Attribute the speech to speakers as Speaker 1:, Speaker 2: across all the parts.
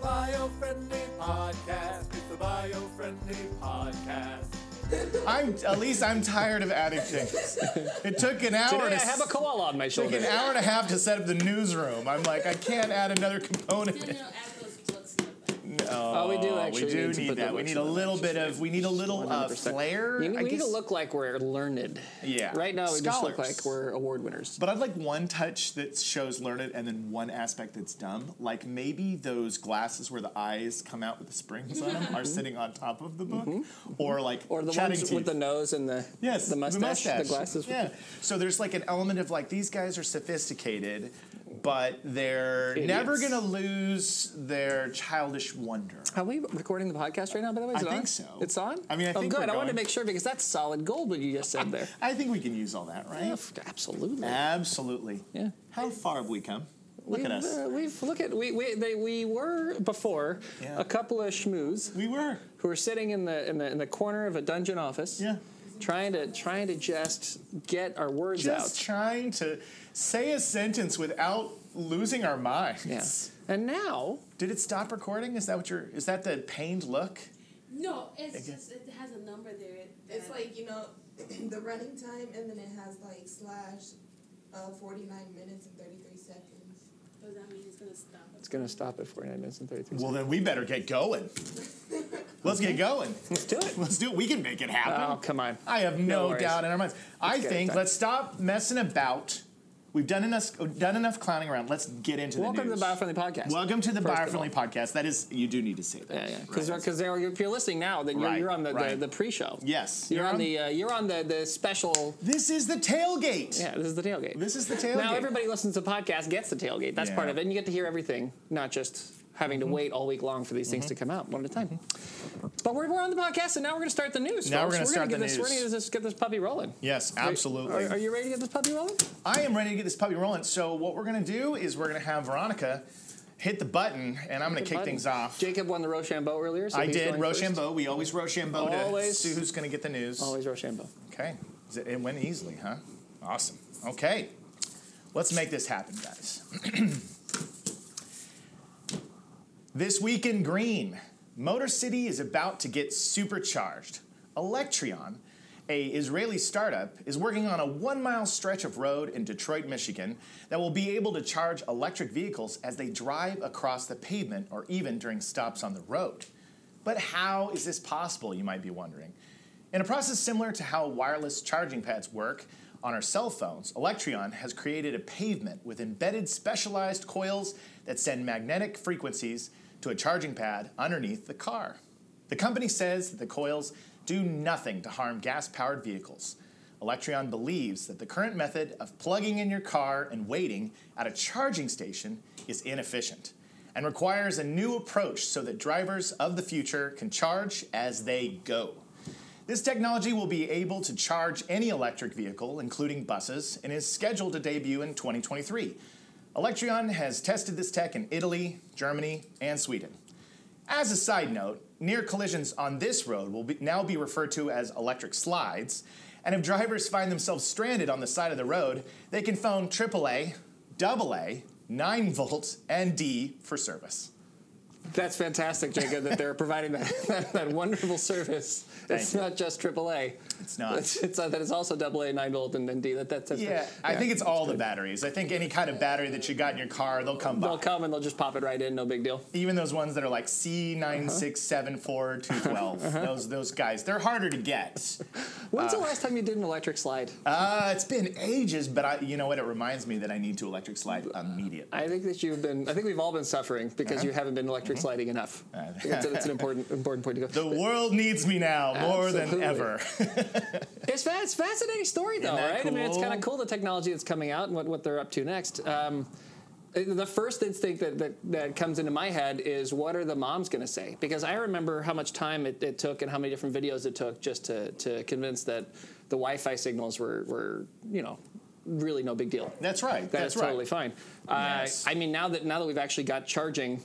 Speaker 1: bio-friendly podcast. It's the bio-friendly podcast.
Speaker 2: I'm at least I'm tired of adding things. It took an hour. to
Speaker 3: Today I have a
Speaker 2: s-
Speaker 3: koala on my
Speaker 2: took
Speaker 3: shoulder.
Speaker 2: an hour and a half to set up the newsroom. I'm like, I can't add another component.
Speaker 4: No, no, add those books in the back.
Speaker 3: Oh, we do actually.
Speaker 2: we do
Speaker 3: need, to put
Speaker 2: need that.
Speaker 3: The
Speaker 2: We need a little bit of. We need a little uh,
Speaker 3: 100%.
Speaker 2: flair.
Speaker 3: We,
Speaker 2: I
Speaker 3: need to
Speaker 2: guess.
Speaker 3: look like we're learned.
Speaker 2: Yeah.
Speaker 3: Right now, we
Speaker 2: Scholars.
Speaker 3: just look like we're award winners.
Speaker 2: But I'd like one touch that shows learned and then one aspect that's dumb. Like maybe those glasses where the eyes come out with the springs on them are sitting on top of the book, or like
Speaker 3: Mm-hmm. Or the
Speaker 2: chatting
Speaker 3: ones
Speaker 2: teeth.
Speaker 3: with the nose and the
Speaker 2: Yes,
Speaker 3: the mustache, the, glasses.
Speaker 2: Yeah. So there's like an element of like these guys are sophisticated, but they're
Speaker 3: Idiots.
Speaker 2: never gonna lose their childish wonder.
Speaker 3: Are we recording the podcast right now? By the way, is
Speaker 2: I
Speaker 3: it
Speaker 2: think
Speaker 3: on?
Speaker 2: so.
Speaker 3: It's on.
Speaker 2: I mean, I
Speaker 3: oh,
Speaker 2: think
Speaker 3: good.
Speaker 2: we're
Speaker 3: I wanted to
Speaker 2: going.
Speaker 3: make sure because that's solid gold. What you just said there.
Speaker 2: I think we can use all that, right?
Speaker 3: Absolutely.
Speaker 2: Absolutely.
Speaker 3: Yeah.
Speaker 2: How far have we come? Look
Speaker 3: we've,
Speaker 2: at us.
Speaker 3: Uh, we've look at we we they, we were before
Speaker 2: Yeah.
Speaker 3: a couple of schmooze
Speaker 2: we were.
Speaker 3: who were sitting in the in the in the corner of a dungeon office.
Speaker 2: Yeah.
Speaker 3: Trying to trying to just get our words
Speaker 2: Just
Speaker 3: out.
Speaker 2: trying to say a sentence without losing our minds.
Speaker 3: Yeah. And now
Speaker 2: Did it stop recording? Is that what you're is that the pained look?
Speaker 4: No, it's just it has a number there.
Speaker 5: It's
Speaker 4: that-
Speaker 5: like, you know, the running time and then it has like slash uh, 49 minutes and 33 seconds.
Speaker 4: does that mean it's gonna stop?
Speaker 3: it's gonna stop at 49 minutes and 33 seconds.
Speaker 2: Well then we better get going. Let's get going.
Speaker 3: Let's do it.
Speaker 2: Let's do it. We can make it happen.
Speaker 3: Oh come on.
Speaker 2: I have
Speaker 3: No
Speaker 2: no,
Speaker 3: worries.
Speaker 2: doubt in our minds. I
Speaker 3: get it
Speaker 2: think
Speaker 3: done.
Speaker 2: let's stop messing about. We've done enough done enough clowning around. Let's get into
Speaker 3: Welcome
Speaker 2: the
Speaker 3: to
Speaker 2: news.
Speaker 3: the Biofriendly Podcast.
Speaker 2: Welcome to the
Speaker 3: first of
Speaker 2: Biofriendly podcast. That is, you do need to say that.
Speaker 3: Yeah, yeah. Because
Speaker 2: Right.
Speaker 3: if uh, you're listening now, then you're,
Speaker 2: Right,
Speaker 3: you're on the,
Speaker 2: right.
Speaker 3: the, the pre-show.
Speaker 2: Yes,
Speaker 3: You're, on, the uh, you're on the the special.
Speaker 2: This is the tailgate.
Speaker 3: Yeah, this is the tailgate.
Speaker 2: This is the tailgate.
Speaker 3: Now everybody listens to podcasts gets the tailgate. That's part
Speaker 2: Yeah. Mm-hmm.
Speaker 3: of it. And you get to hear everything, not just having to wait all week long for these things to come out one at a time. But we're, we're on the podcast, and now we're going to start the news.
Speaker 2: Now we're
Speaker 3: folks.
Speaker 2: gonna start
Speaker 3: get
Speaker 2: the
Speaker 3: this, We're
Speaker 2: news.
Speaker 3: going to just get this puppy rolling.
Speaker 2: Yes,
Speaker 3: Are-
Speaker 2: absolutely.
Speaker 3: Are, are you ready to get this puppy rolling?
Speaker 2: I am ready to get this puppy rolling. So what we're gonna do is we're gonna have Veronica hit the button, and I'm gonna kick
Speaker 3: Button.
Speaker 2: things off.
Speaker 3: Jacob won the Rochambeau earlier. So
Speaker 2: I
Speaker 3: he's
Speaker 2: did
Speaker 3: going first.
Speaker 2: Rochambeau. We always Rochambeau to
Speaker 3: Always.
Speaker 2: see who's gonna get the news.
Speaker 3: Always Rochambeau.
Speaker 2: Okay. Is It it went easily, huh? Awesome. Okay. Let's make this happen, guys. this week in green, Motor City is about to get supercharged. Electrion, a Israeli startup, is working on a one-mile stretch of road in Detroit, Michigan, that will be able to charge electric vehicles as they drive across the pavement or even during stops on the road. But how is this possible, you might be wondering? In a process similar to how wireless charging pads work on our cell phones, Electreon has created a pavement with embedded specialized coils that send magnetic frequencies to a charging pad underneath the car. The company says that the coils do nothing to harm gas powered vehicles. Electreon believes that the current method of plugging in your car and waiting at a charging station is inefficient and requires a new approach so that drivers of the future can charge as they go. This technology will be able to charge any electric vehicle, including buses, and is scheduled to debut in 2023. Electrion has tested this tech in Italy, Germany, and Sweden. As a side note, near collisions on this road will be, now be referred to as electric slides, and if drivers find themselves stranded on the side of the road, they can phone AAA, AA, 9 volts, and D for service.
Speaker 3: That's fantastic, Jacob, that they're providing that, that, that wonderful service. it's
Speaker 2: you.
Speaker 3: not just AAA.
Speaker 2: It's not.
Speaker 3: It's, it's, uh, that it's also AA, 9 volt, and, and D. That, that's, that's
Speaker 2: Yeah, I think it's all the batteries. I think any kind of battery that you got in your car, they'll come by.
Speaker 3: They'll come and they'll just pop it right in, no big deal.
Speaker 2: even those ones that are like C
Speaker 3: Uh-huh.
Speaker 2: nine six seven four two twelve. Those those guys, they're harder to get.
Speaker 3: When's the last time you did an electric slide?
Speaker 2: Uh, it's been ages, but I, you know what? It reminds me that I need to electric slide immediately.
Speaker 3: I think that you've been. I think we've all been suffering because you haven't been electric sliding enough.
Speaker 2: uh-huh. Uh,
Speaker 3: It's, it's an important important point to go.
Speaker 2: The world needs me now more than
Speaker 3: Absolutely.
Speaker 2: ever.
Speaker 3: It's, fa- it's a fascinating story though,
Speaker 2: that
Speaker 3: right? I mean, it's
Speaker 2: cool?
Speaker 3: kind of cool the technology that's coming out and what, what they're up to next. Um, the first instinct that, that, that comes into my head is what are the moms going to say? Because I remember how much time it, it took and how many different videos it took just to, to convince that the Wi-Fi signals were, were you know really no big deal.
Speaker 2: That's right.
Speaker 3: That
Speaker 2: that's
Speaker 3: is
Speaker 2: right.
Speaker 3: totally fine. Uh,
Speaker 2: Yes.
Speaker 3: I mean, now that now that we've actually got charging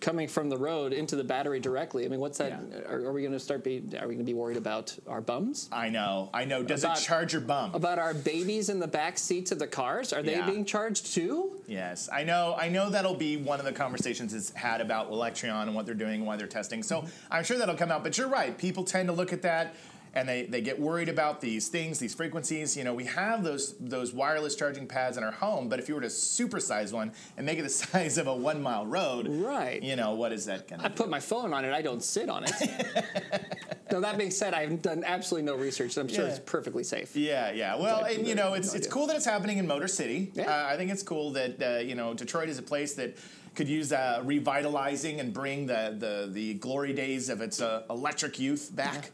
Speaker 3: coming from the road into the battery directly. I mean, what's that?
Speaker 2: Yeah.
Speaker 3: Are, are we going to start be? Are we going to be worried about our bums?
Speaker 2: I know, I know. Does
Speaker 3: About-
Speaker 2: it charge your bum?
Speaker 3: About our babies in the back seats of the cars? Are they
Speaker 2: Yeah.
Speaker 3: being charged too?
Speaker 2: Yes, I know. I know that'll be one of the conversations it's had about Electreon and what they're doing and why they're testing. So I'm sure that'll come out. But you're right. People tend to look at that and they, they get worried about these things, these frequencies. You know, we have those those wireless charging pads in our home, but if you were to supersize one and make it the size of a one mile road,
Speaker 3: Right.
Speaker 2: You know, what is that gonna?
Speaker 3: I put my phone on it. I don't sit on it. now that being said, I've done absolutely no research. and I'm sure
Speaker 2: Yeah.
Speaker 3: it's perfectly safe.
Speaker 2: Yeah, yeah. Well,
Speaker 3: Exactly.
Speaker 2: and you know,
Speaker 3: No
Speaker 2: it's it's
Speaker 3: idea.
Speaker 2: cool that it's happening in Motor City.
Speaker 3: Yeah.
Speaker 2: Uh, I think it's cool that uh, you know Detroit is a place that could use uh, revitalizing and bring the the, the glory days of its uh, electric youth back.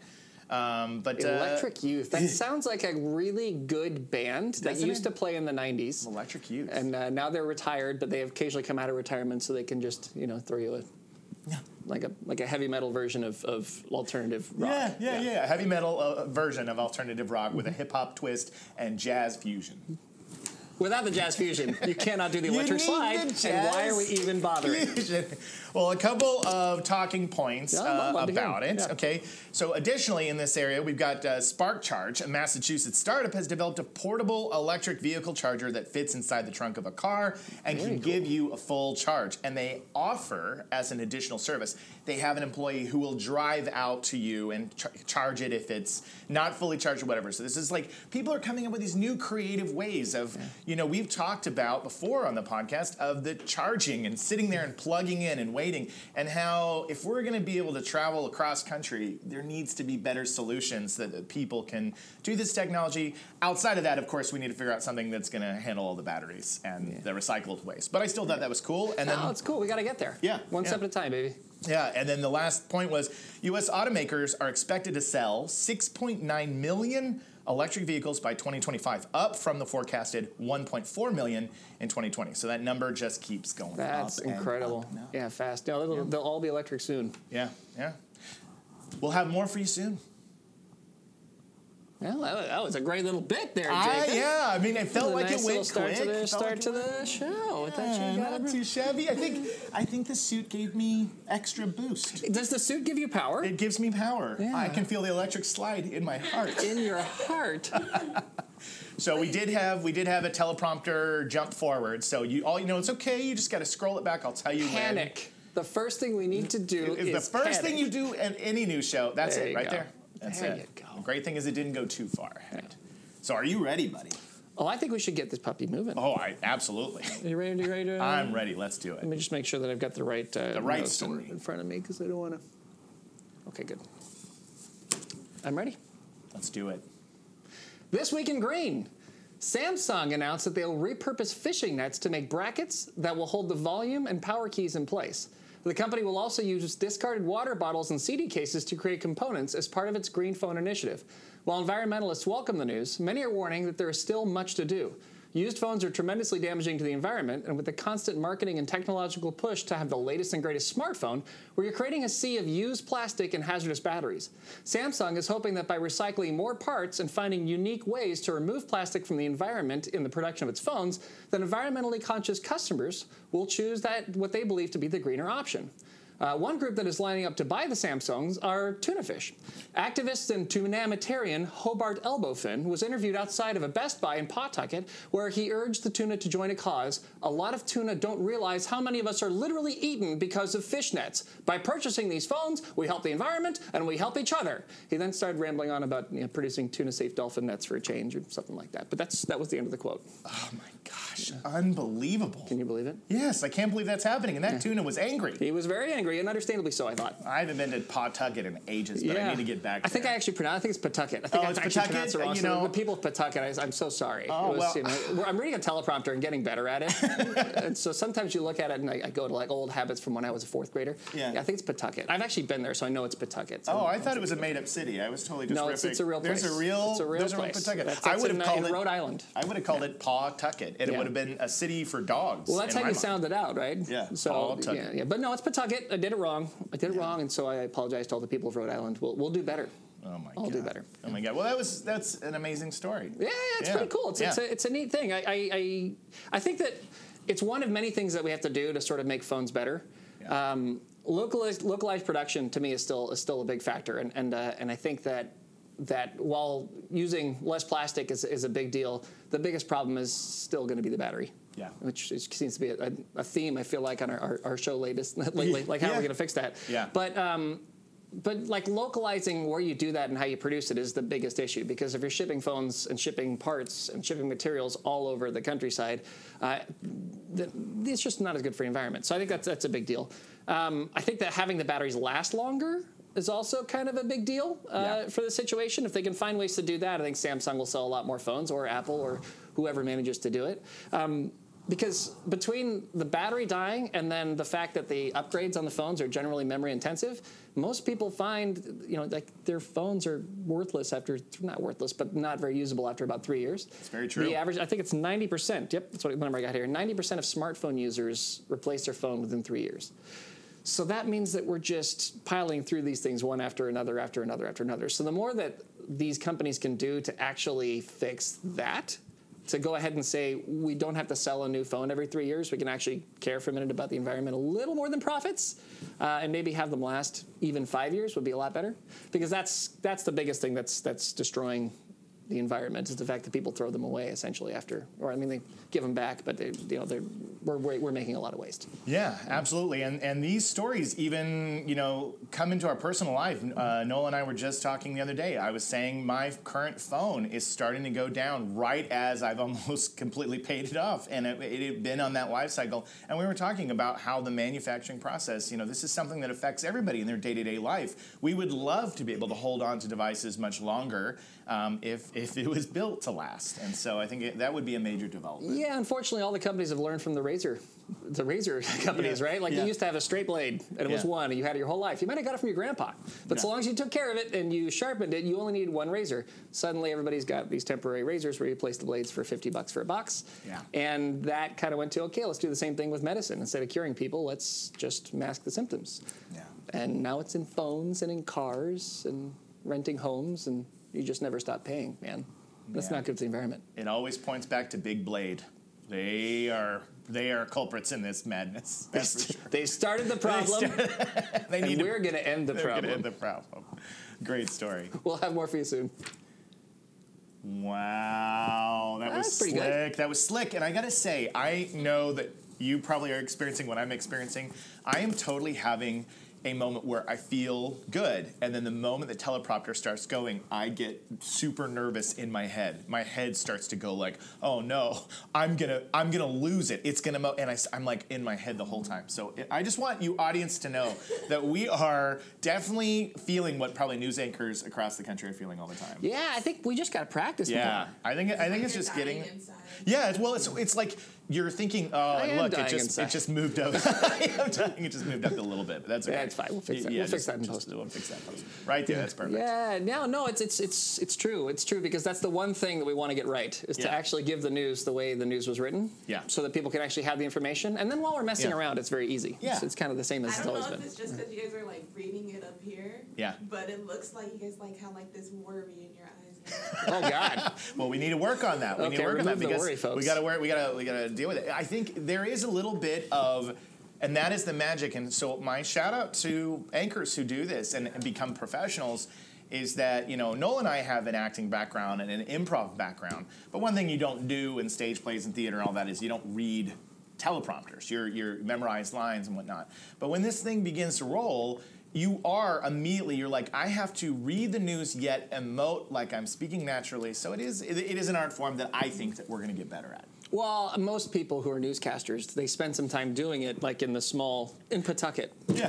Speaker 2: Um, but uh,
Speaker 3: Electric Youth. That sounds like a really good band that
Speaker 2: Doesn't
Speaker 3: used
Speaker 2: it?
Speaker 3: to play in the 90s.
Speaker 2: electric youth.
Speaker 3: and uh, now they're retired, but they occasionally come out of retirement so they can just you know throw you a like a like a heavy metal version of, of alternative rock.
Speaker 2: yeah, yeah, yeah, A heavy metal uh, version of alternative rock with a hip hop twist and jazz fusion.
Speaker 3: Without the jazz fusion, you cannot do the electric
Speaker 2: need
Speaker 3: slide.
Speaker 2: the
Speaker 3: And why are we
Speaker 2: jazz
Speaker 3: even bothering?
Speaker 2: well, a couple of talking points
Speaker 3: Yeah, I'd
Speaker 2: uh,
Speaker 3: love to hear 'em.
Speaker 2: about it.
Speaker 3: Yeah.
Speaker 2: Okay. So, additionally, in this area, we've got uh, Spark Charge. A Massachusetts startup has developed a portable electric vehicle charger that fits inside the trunk of a car and
Speaker 3: Very
Speaker 2: can
Speaker 3: cool.
Speaker 2: give you a full charge. And they offer, as an additional service, they have an employee who will drive out to you and ch- charge it if it's not fully charged or whatever. So, this is like people are coming up with these new creative ways of, you know, we've talked about before on the podcast of the charging and sitting there and plugging in and waiting, and how if we're going to be able to travel across country, there needs to be better solutions that uh, people can do this technology. Outside of that, of course, we need to figure out something that's going to handle all the batteries and the recycled waste. But I still thought that was cool. And then
Speaker 3: Oh, it's cool. We got to get there.
Speaker 2: Yeah,
Speaker 3: one
Speaker 2: yeah.
Speaker 3: step at a time, baby.
Speaker 2: yeah, and then the last point was US automakers are expected to sell 6.9 million electric vehicles by 2025, up from the forecasted 1.4 million in 2020. So that number just keeps going
Speaker 3: That's
Speaker 2: up. and
Speaker 3: incredible.
Speaker 2: up and up.
Speaker 3: yeah, fast. No, they'll, they'll all be electric soon.
Speaker 2: Yeah, yeah. We'll have more for you soon.
Speaker 3: Well, that was, that was a great little bit there,
Speaker 2: Ah,
Speaker 3: Jacob.
Speaker 2: yeah, I mean, it felt
Speaker 3: That was a
Speaker 2: like
Speaker 3: nice
Speaker 2: it
Speaker 3: little
Speaker 2: went
Speaker 3: start
Speaker 2: quick.
Speaker 3: to the
Speaker 2: Felt
Speaker 3: start
Speaker 2: like it
Speaker 3: to
Speaker 2: went-
Speaker 3: the show. I thought
Speaker 2: Yeah,
Speaker 3: you got
Speaker 2: not
Speaker 3: it.
Speaker 2: too shabby. I think I think the suit gave me extra boost.
Speaker 3: Does the suit give you power?
Speaker 2: It gives me power.
Speaker 3: Yeah.
Speaker 2: I can feel the electric slide in my heart.
Speaker 3: in your heart.
Speaker 2: So we did have we did have a teleprompter jump forward. So you all you know it's okay. You just got to scroll it back. I'll tell you
Speaker 3: panic. The first thing we need to
Speaker 2: when.
Speaker 3: do
Speaker 2: If
Speaker 3: is
Speaker 2: the first
Speaker 3: panic.
Speaker 2: thing you do in any news show, that's
Speaker 3: There
Speaker 2: it
Speaker 3: you
Speaker 2: right
Speaker 3: go.
Speaker 2: there. That's
Speaker 3: There
Speaker 2: it.
Speaker 3: you go.
Speaker 2: The great thing is it didn't go too far ahead. So are you ready, buddy?
Speaker 3: Oh, I think we should get this puppy moving.
Speaker 2: Oh, I absolutely.
Speaker 3: Are you ready? Are you ready? To,
Speaker 2: I'm ready. Let's do
Speaker 3: Let
Speaker 2: it.
Speaker 3: me just make sure that I've got the right uh,
Speaker 2: The right
Speaker 3: notes in-
Speaker 2: story.
Speaker 3: in, front of me because I don't want to. Okay, good. I'm ready.
Speaker 2: Let's do it.
Speaker 3: This week in green, Samsung announced that they'll repurpose fishing nets to make brackets that will hold the volume and power keys in place. The company will also use discarded water bottles and CD cases to create components as part of its green phone initiative. While environmentalists welcome the news, many are warning that there is still much to do. Used phones are tremendously damaging to the environment, and with the constant marketing and technological push to have the latest and greatest smartphone, we are creating a sea of used plastic and hazardous batteries. Samsung is hoping that by recycling more parts and finding unique ways to remove plastic from the environment in the production of its phones, that environmentally conscious customers will choose that what they believe to be the greener option. Uh, one group that is lining up to buy the Samsungs are tuna fish. Activist and tunamitarian Hobart Elbowfin was interviewed outside of a Best Buy in Pawtucket where he urged the tuna to join a cause. A lot of tuna don't realize how many of us are literally eaten because of fish nets. By purchasing these phones, we help the environment and we help each other. He then started rambling on about you know, producing tuna-safe dolphin nets for a change or something like that. But that's that was the end of the quote.
Speaker 2: Oh my gosh, unbelievable.
Speaker 3: Can you believe it?
Speaker 2: Yes, I can't believe that's happening. And that tuna was angry.
Speaker 3: He was very angry and understandably so, I thought.
Speaker 2: I haven't been to Pawtucket in ages, but I need to get back.
Speaker 3: I think I
Speaker 2: there.
Speaker 3: actually pronounced. I think it's Pawtucket. I think
Speaker 2: Oh,
Speaker 3: I
Speaker 2: it's
Speaker 3: actually
Speaker 2: Pawtucket,
Speaker 3: pronounced it wrong.
Speaker 2: you
Speaker 3: So
Speaker 2: know-
Speaker 3: the people of Pawtucket, I, am so sorry.
Speaker 2: Oh,
Speaker 3: It was,
Speaker 2: well.
Speaker 3: you know, I'm reading a teleprompter and getting better at it. and so sometimes you look at it and I, I go to like old habits from when I was a fourth grader.
Speaker 2: Yeah.
Speaker 3: I think it's Pawtucket. I've actually been there, so I know it's Pawtucket. So
Speaker 2: Oh, I thought it was a made-up city. I was totally just
Speaker 3: no, it's, it's a real place.
Speaker 2: There's a real.
Speaker 3: It's a real
Speaker 2: there's
Speaker 3: place.
Speaker 2: a real Pawtucket.
Speaker 3: That's,
Speaker 2: I
Speaker 3: that's
Speaker 2: would
Speaker 3: in,
Speaker 2: have
Speaker 3: uh,
Speaker 2: called
Speaker 3: in
Speaker 2: it
Speaker 3: Rhode Island.
Speaker 2: I would have called it Pawtucket, and
Speaker 3: Yeah.
Speaker 2: it would have been a city for dogs.
Speaker 3: Well, that's
Speaker 2: in
Speaker 3: how you
Speaker 2: my mind.
Speaker 3: sound it out, right?
Speaker 2: Yeah,
Speaker 3: So
Speaker 2: Pawtucket.
Speaker 3: yeah, yeah, but no, it's Pawtucket. I did it wrong. I did it
Speaker 2: Yeah.
Speaker 3: wrong, and so I apologize to all the people of Rhode Island. We'll we'll do better.
Speaker 2: Oh my god.
Speaker 3: I'll do better.
Speaker 2: Oh my god. Well, that was that's an amazing story.
Speaker 3: Yeah, yeah, it's
Speaker 2: Yeah.
Speaker 3: pretty cool. It's, it's,
Speaker 2: Yeah.
Speaker 3: a, it's a neat thing. I, I, I, I think that it's one of many things that we have to do to sort of make phones better. Um, localized localized production to me is still is still a big factor, and and uh, and I think that that while using less plastic is, is a big deal, the biggest problem is still going to be the battery.
Speaker 2: Yeah.
Speaker 3: which is, seems to be a, a theme I feel like on our, our, our show latest lately, like how
Speaker 2: Yeah.
Speaker 3: we're going to fix that.
Speaker 2: Yeah.
Speaker 3: but um, but like localizing where you do that and how you produce it is the biggest issue because if you're shipping phones and shipping parts and shipping materials all over the countryside, uh, th- it's just not as good for the environment. So I think that's that's a big deal. Um, I think that having the batteries last longer is also kind of a big deal uh,
Speaker 2: Yeah.
Speaker 3: for the situation. If they can find ways to do that, I think Samsung will sell a lot more phones, or Apple, or whoever manages to do it. Um, because between the battery dying and then the fact that the upgrades on the phones are generally memory intensive, most people find you know like their phones are worthless after not worthless but not very usable after about three years. It's
Speaker 2: very true.
Speaker 3: The average, I think it's ninety percent. Yep, that's what the number I got here. Ninety percent of smartphone users replace their phone within three years. So that means that we're just piling through these things one after another, after another, after another. So the more that these companies can do to actually fix that, to go ahead and say we don't have to sell a new phone every three years, we can actually care for a minute about the environment a little more than profits, uh, and maybe have them last even five years would be a lot better. Because that's that's the biggest thing that's that's destroying the environment is the fact that people throw them away essentially after, or I mean they give them back, but they you know they're we're, we're making a lot of waste.
Speaker 2: Yeah, absolutely. And and these stories even you know come into our personal life. Uh, Noel and I were just talking the other day. I was saying my current phone is starting to go down right as I've almost completely paid it off, and it, it had been on that life cycle. And we were talking about how the manufacturing process. You know, this is something that affects everybody in their day to day life. We would love to be able to hold on to devices much longer um, if if it was built to last. And so I think it, that would be a major development.
Speaker 3: Yeah, unfortunately, all the companies have learned from the razor, the razor companies,
Speaker 2: Yeah.
Speaker 3: right? Like
Speaker 2: Yeah.
Speaker 3: you used to have a straight blade, and it was
Speaker 2: Yeah.
Speaker 3: one, and you had it your whole life. You might have got it from your grandpa, but so
Speaker 2: Yeah.
Speaker 3: long as you took care of it and you sharpened it, you only needed one razor. Suddenly, everybody's got these temporary razors where you place the blades for fifty bucks for a box.
Speaker 2: Yeah.
Speaker 3: And that kind of went to okay, let's do the same thing with medicine. Instead of curing people, let's just mask the symptoms.
Speaker 2: yeah.
Speaker 3: And now it's in phones and in cars and renting homes, and you just never stop paying, man. That's
Speaker 2: Yeah.
Speaker 3: not good for the environment.
Speaker 2: it always points back to Big Blade. They are they are culprits in this madness. That's for sure.
Speaker 3: They started the problem.
Speaker 2: They need
Speaker 3: And
Speaker 2: to
Speaker 3: we're going to end the
Speaker 2: they're gonna
Speaker 3: problem.
Speaker 2: end the problem. Great story.
Speaker 3: We'll have more for you soon.
Speaker 2: Wow, that was
Speaker 3: That's pretty good.
Speaker 2: slick. That was slick. And I gotta say, I know that you probably are experiencing what I'm experiencing. I am totally having a moment where I feel good, and then the moment the teleprompter starts going, I get super nervous in my head. My head starts to go like, "Oh no, I'm gonna, I'm gonna lose it. It's gonna," mo-. and I, am like in my head the whole time. So I I just want you audience to know that we are definitely feeling what probably news anchors across the country are feeling all the time.
Speaker 3: Yeah, I think we just got to practice.
Speaker 2: Yeah,
Speaker 3: more.
Speaker 2: I think I think it's
Speaker 5: You're
Speaker 2: just
Speaker 5: dying
Speaker 2: getting.
Speaker 5: Inside.
Speaker 2: Yeah, it's, well, it's it's like you're thinking, oh,
Speaker 3: am
Speaker 2: look, it
Speaker 3: dying
Speaker 2: just
Speaker 3: inside.
Speaker 2: it just moved up. I'm dying, it just moved up a little bit, but that's okay.
Speaker 3: Yeah, it's fine. We'll fix
Speaker 2: Y-
Speaker 3: that.
Speaker 2: yeah,
Speaker 3: We'll fix
Speaker 2: just-
Speaker 3: that in
Speaker 2: just-
Speaker 3: post.
Speaker 2: We'll fix that in post. Right there, that's perfect.
Speaker 3: Yeah, no, no, it's it's it's it's true. It's true because that's the one thing that we want to get right is to
Speaker 2: Yeah.
Speaker 3: actually give the news the way the news was written.
Speaker 2: Yeah.
Speaker 3: So that people can actually have the information, and then while we're messing
Speaker 2: Yeah.
Speaker 3: around, it's very easy.
Speaker 2: Yeah.
Speaker 3: It's, it's kind of the same as
Speaker 5: I
Speaker 3: it's
Speaker 5: don't know
Speaker 3: always
Speaker 5: if
Speaker 3: been.
Speaker 5: it's just because you guys are like reading it up here.
Speaker 2: Yeah.
Speaker 5: But it looks like you guys like have like this worry in your eyes.
Speaker 3: oh God.
Speaker 2: Well, we need to work on that. We need to
Speaker 3: Okay,
Speaker 2: work on that
Speaker 3: remove the
Speaker 2: because
Speaker 3: worry, folks.
Speaker 2: we got to work. We got to we got to deal with it. I think there is a little bit of. And that is the magic. And so, my shout out to anchors who do this and, and become professionals is that, you know, Noel and I have an acting background and an improv background. But one thing you don't do in stage plays and theater and all that is you don't read teleprompters, your, your memorized lines and whatnot. But when this thing begins to roll, you are immediately you're like i have to read the news yet emote like i'm speaking naturally so it is it, it is an art form that i think that we're going to get better at
Speaker 3: Well, most people who are newscasters, they spend some time doing it, like in the small in Pawtucket,
Speaker 2: yeah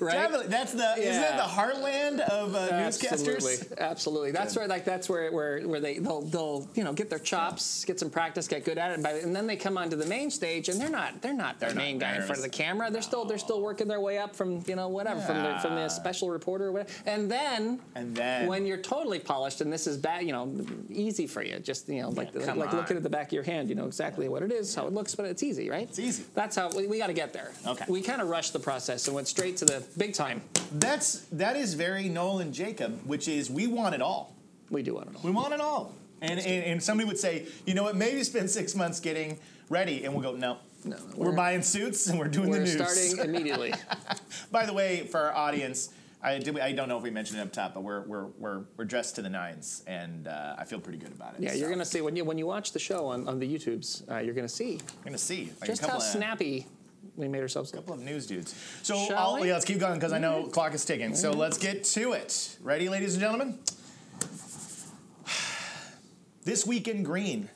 Speaker 3: right?
Speaker 2: Definitely. that's the isn't that
Speaker 3: Yeah.
Speaker 2: the heartland of uh, newscasters
Speaker 3: Absolutely, absolutely. That's where like that's where where where they they'll they'll you know get their chops, get some practice, get good at it, and, by, and then they come onto the main stage and they're not they're not the
Speaker 2: They're not
Speaker 3: main guy in front of the
Speaker 2: nervous.
Speaker 3: camera. They're still they're still working their way up from you know whatever from the, from
Speaker 2: Yeah.
Speaker 3: the special reporter or whatever. And then
Speaker 2: and then
Speaker 3: when you're totally polished and this is bad, you know, easy for you. Just you know, like
Speaker 2: Yeah, come
Speaker 3: like looking
Speaker 2: on.
Speaker 3: at the back of your hand, you know exactly what it is, how it looks, but it's easy, right? It's
Speaker 2: easy.
Speaker 3: That's how we, we got to get there.
Speaker 2: Okay.
Speaker 3: We kind of rushed the process and went straight to the big time.
Speaker 2: that's that is very noel and jacob which is we want it all
Speaker 3: We do want it all.
Speaker 2: We want it all. And, and, and somebody would say, you know what, maybe spend six months getting ready, and we'll go, no.
Speaker 3: No,
Speaker 2: We're, buying suits and we're doing the
Speaker 3: We're
Speaker 2: news.
Speaker 3: starting immediately.
Speaker 2: By the way, for our audience, I, did, I don't know if we mentioned it up top, but we're, we're, we're, we're dressed to the nines, and uh, I feel pretty good about it.
Speaker 3: Yeah, you're
Speaker 2: so.
Speaker 3: gonna see when you when you watch the show on, on the YouTubes, uh, you're gonna see
Speaker 2: We're gonna see like
Speaker 3: just
Speaker 2: a
Speaker 3: how
Speaker 2: couple of,
Speaker 3: snappy we made ourselves look.
Speaker 2: couple of news dudes. So
Speaker 3: Shall
Speaker 2: I'll-
Speaker 3: we?
Speaker 2: yeah, let's keep going because I know clock is ticking. So let's get to it. Ready, ladies and gentlemen? This week in green,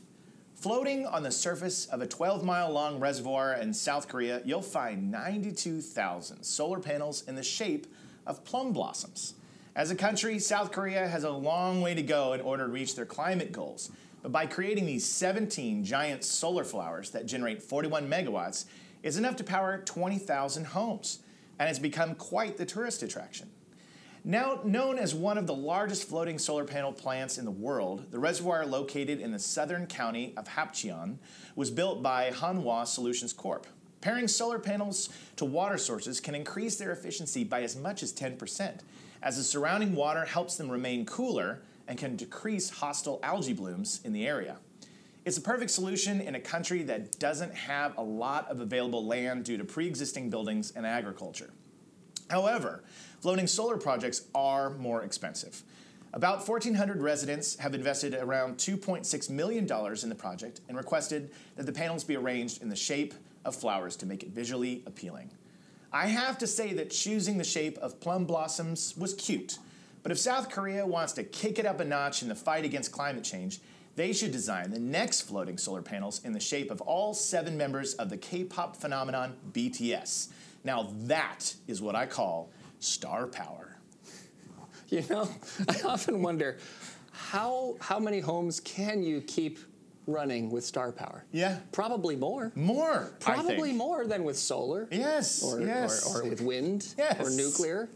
Speaker 2: floating on the surface of a 12 mile long reservoir in South Korea, you'll find 92,000 solar panels in the shape of plum blossoms. As a country, South Korea has a long way to go in order to reach their climate goals. But by creating these 17 giant solar flowers that generate 41 megawatts, is enough to power 20,000 homes, and it's become quite the tourist attraction. Now known as one of the largest floating solar panel plants in the world, the reservoir located in the southern county of Hapcheon was built by Hanwha Solutions Corp. Pairing solar panels to water sources can increase their efficiency by as much as 10%, as the surrounding water helps them remain cooler and can decrease hostile algae blooms in the area. It's a perfect solution in a country that doesn't have a lot of available land due to pre existing buildings and agriculture. However, floating solar projects are more expensive. About 1,400 residents have invested around $2.6 million in the project and requested that the panels be arranged in the shape of flowers to make it visually appealing. I have to say that choosing the shape of plum blossoms was cute, but if South Korea wants to kick it up a notch in the fight against climate change, they should design the next floating solar panels in the shape of all seven members of the K pop phenomenon BTS. Now, that is what I call star power.
Speaker 3: You know, I often wonder how how many homes can you keep running with star power?
Speaker 2: Yeah.
Speaker 3: Probably more.
Speaker 2: More. I think.
Speaker 3: Probably more than with solar.
Speaker 2: Yes.
Speaker 3: Or,
Speaker 2: yes.
Speaker 3: or, or with wind
Speaker 2: Yes.
Speaker 3: or nuclear.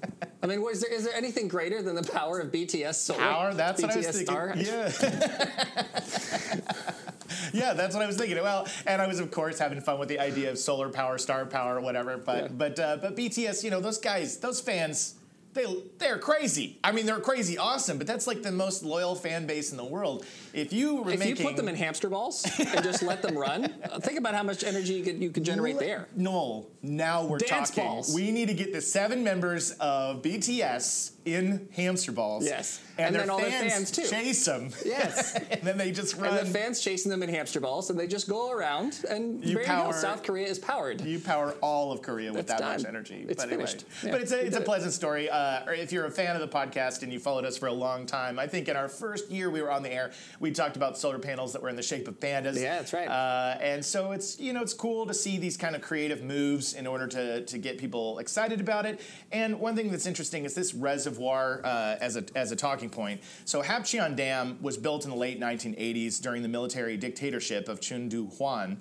Speaker 3: I mean, was there, is there anything greater than the power of BTS solar?
Speaker 2: power. That's
Speaker 3: BTS
Speaker 2: what I was thinking.
Speaker 3: Star?
Speaker 2: Yeah. yeah, that's what I was thinking. Well, and I was of course having fun with the idea of solar power, star power, whatever. But
Speaker 3: Yeah.
Speaker 2: but uh, but BTS, you know, those guys, those fans. They, they're crazy. I mean, they're crazy awesome, but that's like the most loyal fan base in the world. If you were
Speaker 3: If
Speaker 2: making,
Speaker 3: you put them in hamster balls and just let them run, uh, think about how much energy you could, you could generate
Speaker 2: Le-
Speaker 3: there.
Speaker 2: No, now we're
Speaker 3: Dance
Speaker 2: talking.
Speaker 3: balls.
Speaker 2: We need to get the seven members of BTS in hamster balls.
Speaker 3: Yes.
Speaker 2: and,
Speaker 3: And
Speaker 2: their
Speaker 3: then all their
Speaker 2: fans
Speaker 3: fans, too.
Speaker 2: chase them.
Speaker 3: Yes.
Speaker 2: and then they just run.
Speaker 3: And the fans chasing them in hamster balls, and they just go around, and
Speaker 2: You
Speaker 3: there you
Speaker 2: power-
Speaker 3: go. South Korea is powered.
Speaker 2: You power all of Korea with that much
Speaker 3: That's done.
Speaker 2: energy.
Speaker 3: It's
Speaker 2: but anyway.
Speaker 3: finished. Yeah,
Speaker 2: but it's a,
Speaker 3: we
Speaker 2: it's a
Speaker 3: did it.
Speaker 2: pleasant story. Uh, or if you're a fan of the podcast and you followed us for a long time, I think in our first year we were on the air, we talked about solar panels that were in the shape of pandas.
Speaker 3: Yeah, that's right.
Speaker 2: Uh, and so it's you know it's cool to see these kind of creative moves in order to to get people excited about it. And one thing that's interesting is this reservoir uh, as a as a talking point. So Hapcheon Dam was built in the late 1980s during the military dictatorship of Chun Du Huan. Uh,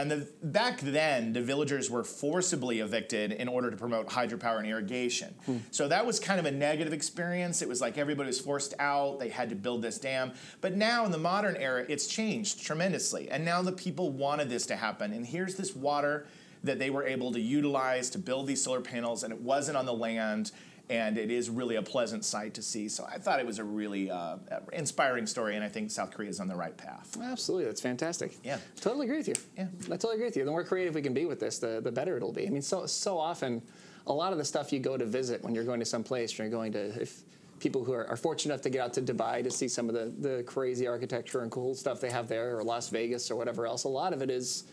Speaker 2: And the, back then, the villagers were forcibly evicted in order to promote hydropower and irrigation. So that was kind of a negative experience. It was like everybody was forced out, they had to build this dam. But now in the modern era, it's changed tremendously. And now the people wanted this to happen. And here's this water that they were able to utilize to build these solar panels, and it wasn't on the land. And it is really a pleasant sight to see. So I thought it was a really uh, inspiring story, and I think South Korea is on the right path.
Speaker 3: Absolutely, that's fantastic.
Speaker 2: Yeah.
Speaker 3: totally agree with you.
Speaker 2: Yeah.
Speaker 3: I totally agree with you. The more creative we can be with this, the, the better it'll be. I mean, so so often, a lot of the stuff you go to visit when you're going to some place, you're going to if people who are, are fortunate enough to get out to Dubai to see some of the the crazy architecture and cool stuff they have there, or Las Vegas or whatever else. A lot of it is.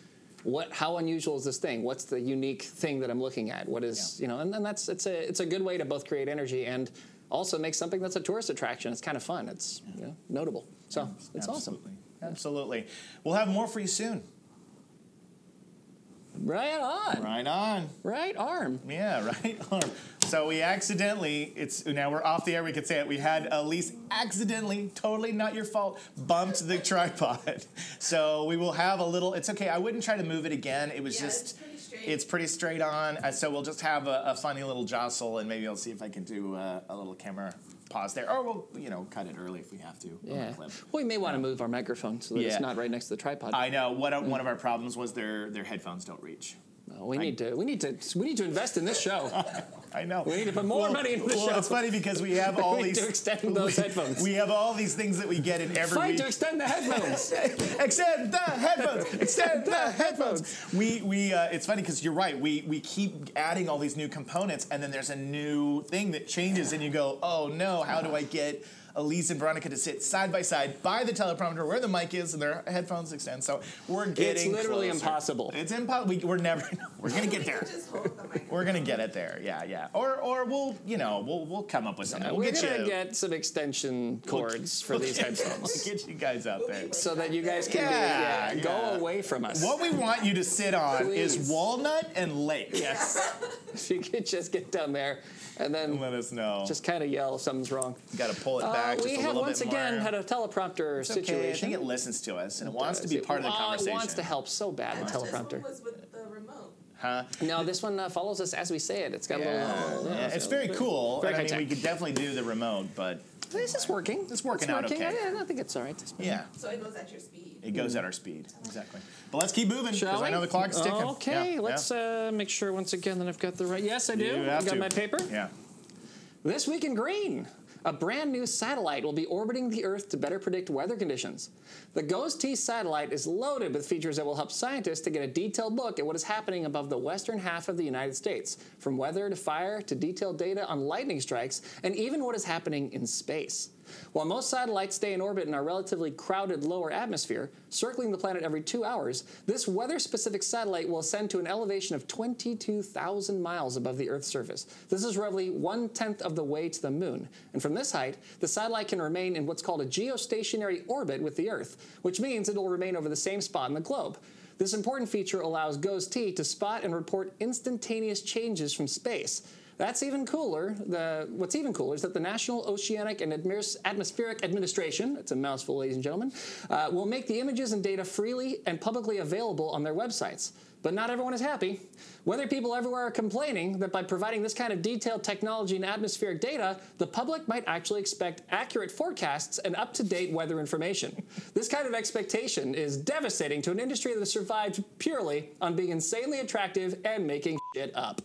Speaker 3: What? How unusual is this thing? What's the unique thing that I'm looking at? What is you know? And, and that's it's a it's a good way to both create energy and also make something that's a tourist attraction. It's kind of fun. It's you know, notable. So it's awesome.
Speaker 2: Absolutely. Absolutely. We'll have more for you soon.
Speaker 3: Right on.
Speaker 2: Right on.
Speaker 3: Right arm.
Speaker 2: Yeah, right arm. So we accidentally, it's now we're off the air, we could say it. We had Elise accidentally, totally not your fault, bumped the tripod. So we will have a little, it's okay, I wouldn't try to move it again. It was
Speaker 5: Yeah, it's
Speaker 2: just,
Speaker 5: pretty straight.
Speaker 2: it's pretty straight on. Uh, so we'll just have a, a funny little jostle and maybe I'll see if I can do uh, a little camera pause there. Or we'll, you know, cut it early if we have to. on the
Speaker 3: Yeah.
Speaker 2: clip.
Speaker 3: We may want to move our microphone so that
Speaker 2: Yeah.
Speaker 3: it's not right next to the tripod.
Speaker 2: uh, I know. What one of our problems was their their headphones don't reach.
Speaker 3: Oh, we need to. We need to. We need to invest in this show.
Speaker 2: I know.
Speaker 3: We need to put more money into the
Speaker 2: well,
Speaker 3: show.
Speaker 2: It's funny because we have all
Speaker 3: We need
Speaker 2: these
Speaker 3: to extend those
Speaker 2: we,
Speaker 3: headphones.
Speaker 2: We have all these things that we get in every
Speaker 3: Fight
Speaker 2: week.
Speaker 3: to extend the headphones.
Speaker 2: extend the headphones. Extend the headphones. We we uh, it's funny because you're right. We we keep adding all these new components, and then there's a new thing that changes, and you go, oh no, how do I get Elise and Veronica to sit side by side by the teleprompter where the mic is and their headphones extend? So we're
Speaker 3: it's
Speaker 2: getting
Speaker 3: literally
Speaker 2: closer.
Speaker 3: impossible.
Speaker 2: It's impossible. We, we're never. We're gonna get there.
Speaker 5: Just hold the mic.
Speaker 2: We're gonna get it there, yeah, yeah. Or, or we'll, you know, we'll, we'll come up with something. We'll
Speaker 3: Uh, We're
Speaker 2: get
Speaker 3: gonna
Speaker 2: you,
Speaker 3: get some extension cords for
Speaker 2: we'll
Speaker 3: these
Speaker 2: get-
Speaker 3: headphones,
Speaker 2: Get you guys out there.
Speaker 3: so that you guys can
Speaker 2: Yeah,
Speaker 3: be, yeah, go
Speaker 2: yeah.
Speaker 3: away from us.
Speaker 2: What we want you to sit on
Speaker 3: Please.
Speaker 2: is walnut and lake.
Speaker 3: Yes. if you could just get down there, and then
Speaker 2: Let us know.
Speaker 3: just kind of yell if something's wrong.
Speaker 2: got to pull it back
Speaker 3: Uh,
Speaker 2: just
Speaker 3: we
Speaker 2: a
Speaker 3: have
Speaker 2: little
Speaker 3: once
Speaker 2: bit
Speaker 3: again
Speaker 2: more.
Speaker 3: had a teleprompter
Speaker 2: It's okay. I
Speaker 3: situation.
Speaker 2: think it listens to us and it wants to
Speaker 3: Does
Speaker 2: be
Speaker 3: it-
Speaker 2: part of the
Speaker 3: Well,
Speaker 2: conversation.
Speaker 3: It wants to help so bad, the
Speaker 5: This one
Speaker 3: teleprompter.
Speaker 5: was with the remote.
Speaker 2: Huh?
Speaker 3: No, this one uh, follows us as we say it. It's got a
Speaker 2: Yeah.
Speaker 3: little.
Speaker 2: yeah, It's very cool.
Speaker 3: Very
Speaker 2: and I
Speaker 3: high
Speaker 2: mean, we
Speaker 3: tech.
Speaker 2: could definitely do the remote, but
Speaker 3: This is working.
Speaker 2: It's working out
Speaker 3: working.
Speaker 2: okay.
Speaker 3: I, I think it's all right.
Speaker 2: yeah,
Speaker 5: So it goes at your speed.
Speaker 2: it goes at our speed. Exactly. But let's keep moving
Speaker 3: Shall
Speaker 2: because I
Speaker 3: we?
Speaker 2: know the clock's ticking.
Speaker 3: Okay,
Speaker 2: Yeah,
Speaker 3: let's
Speaker 2: yeah.
Speaker 3: Uh, make sure once again that I've got the right. Yes, I do.
Speaker 2: You
Speaker 3: I
Speaker 2: have
Speaker 3: got
Speaker 2: to.
Speaker 3: my paper.
Speaker 2: Yeah.
Speaker 3: This week in green, a brand new satellite will be orbiting the Earth to better predict weather conditions. The GOES T satellite is loaded with features that will help scientists to get a detailed look at what is happening above the western half of the United States, from weather to fire to detailed data on lightning strikes, and even what is happening in space. While most satellites stay in orbit in our relatively crowded lower atmosphere, circling the planet every two hours, this weather specific satellite will ascend to an elevation of 22,000 miles above the Earth's surface. This is roughly one tenth of the way to the moon. And from this height, the satellite can remain in what's called a geostationary orbit with the Earth, which means it will remain over the same spot on the globe. This important feature allows GOES-T to spot and report instantaneous changes from space. That's even cooler. The, what's even cooler is that the National Oceanic and Admir- Atmospheric Administration, it's a mouthful, ladies and gentlemen, uh, will make the images and data freely and publicly available on their websites. But not everyone is happy. Whether people everywhere are complaining that by providing this kind of detailed technology and atmospheric data, the public might actually expect accurate forecasts and up to date weather information. this kind of expectation is devastating to an industry that has survived purely on being insanely attractive and making shit up.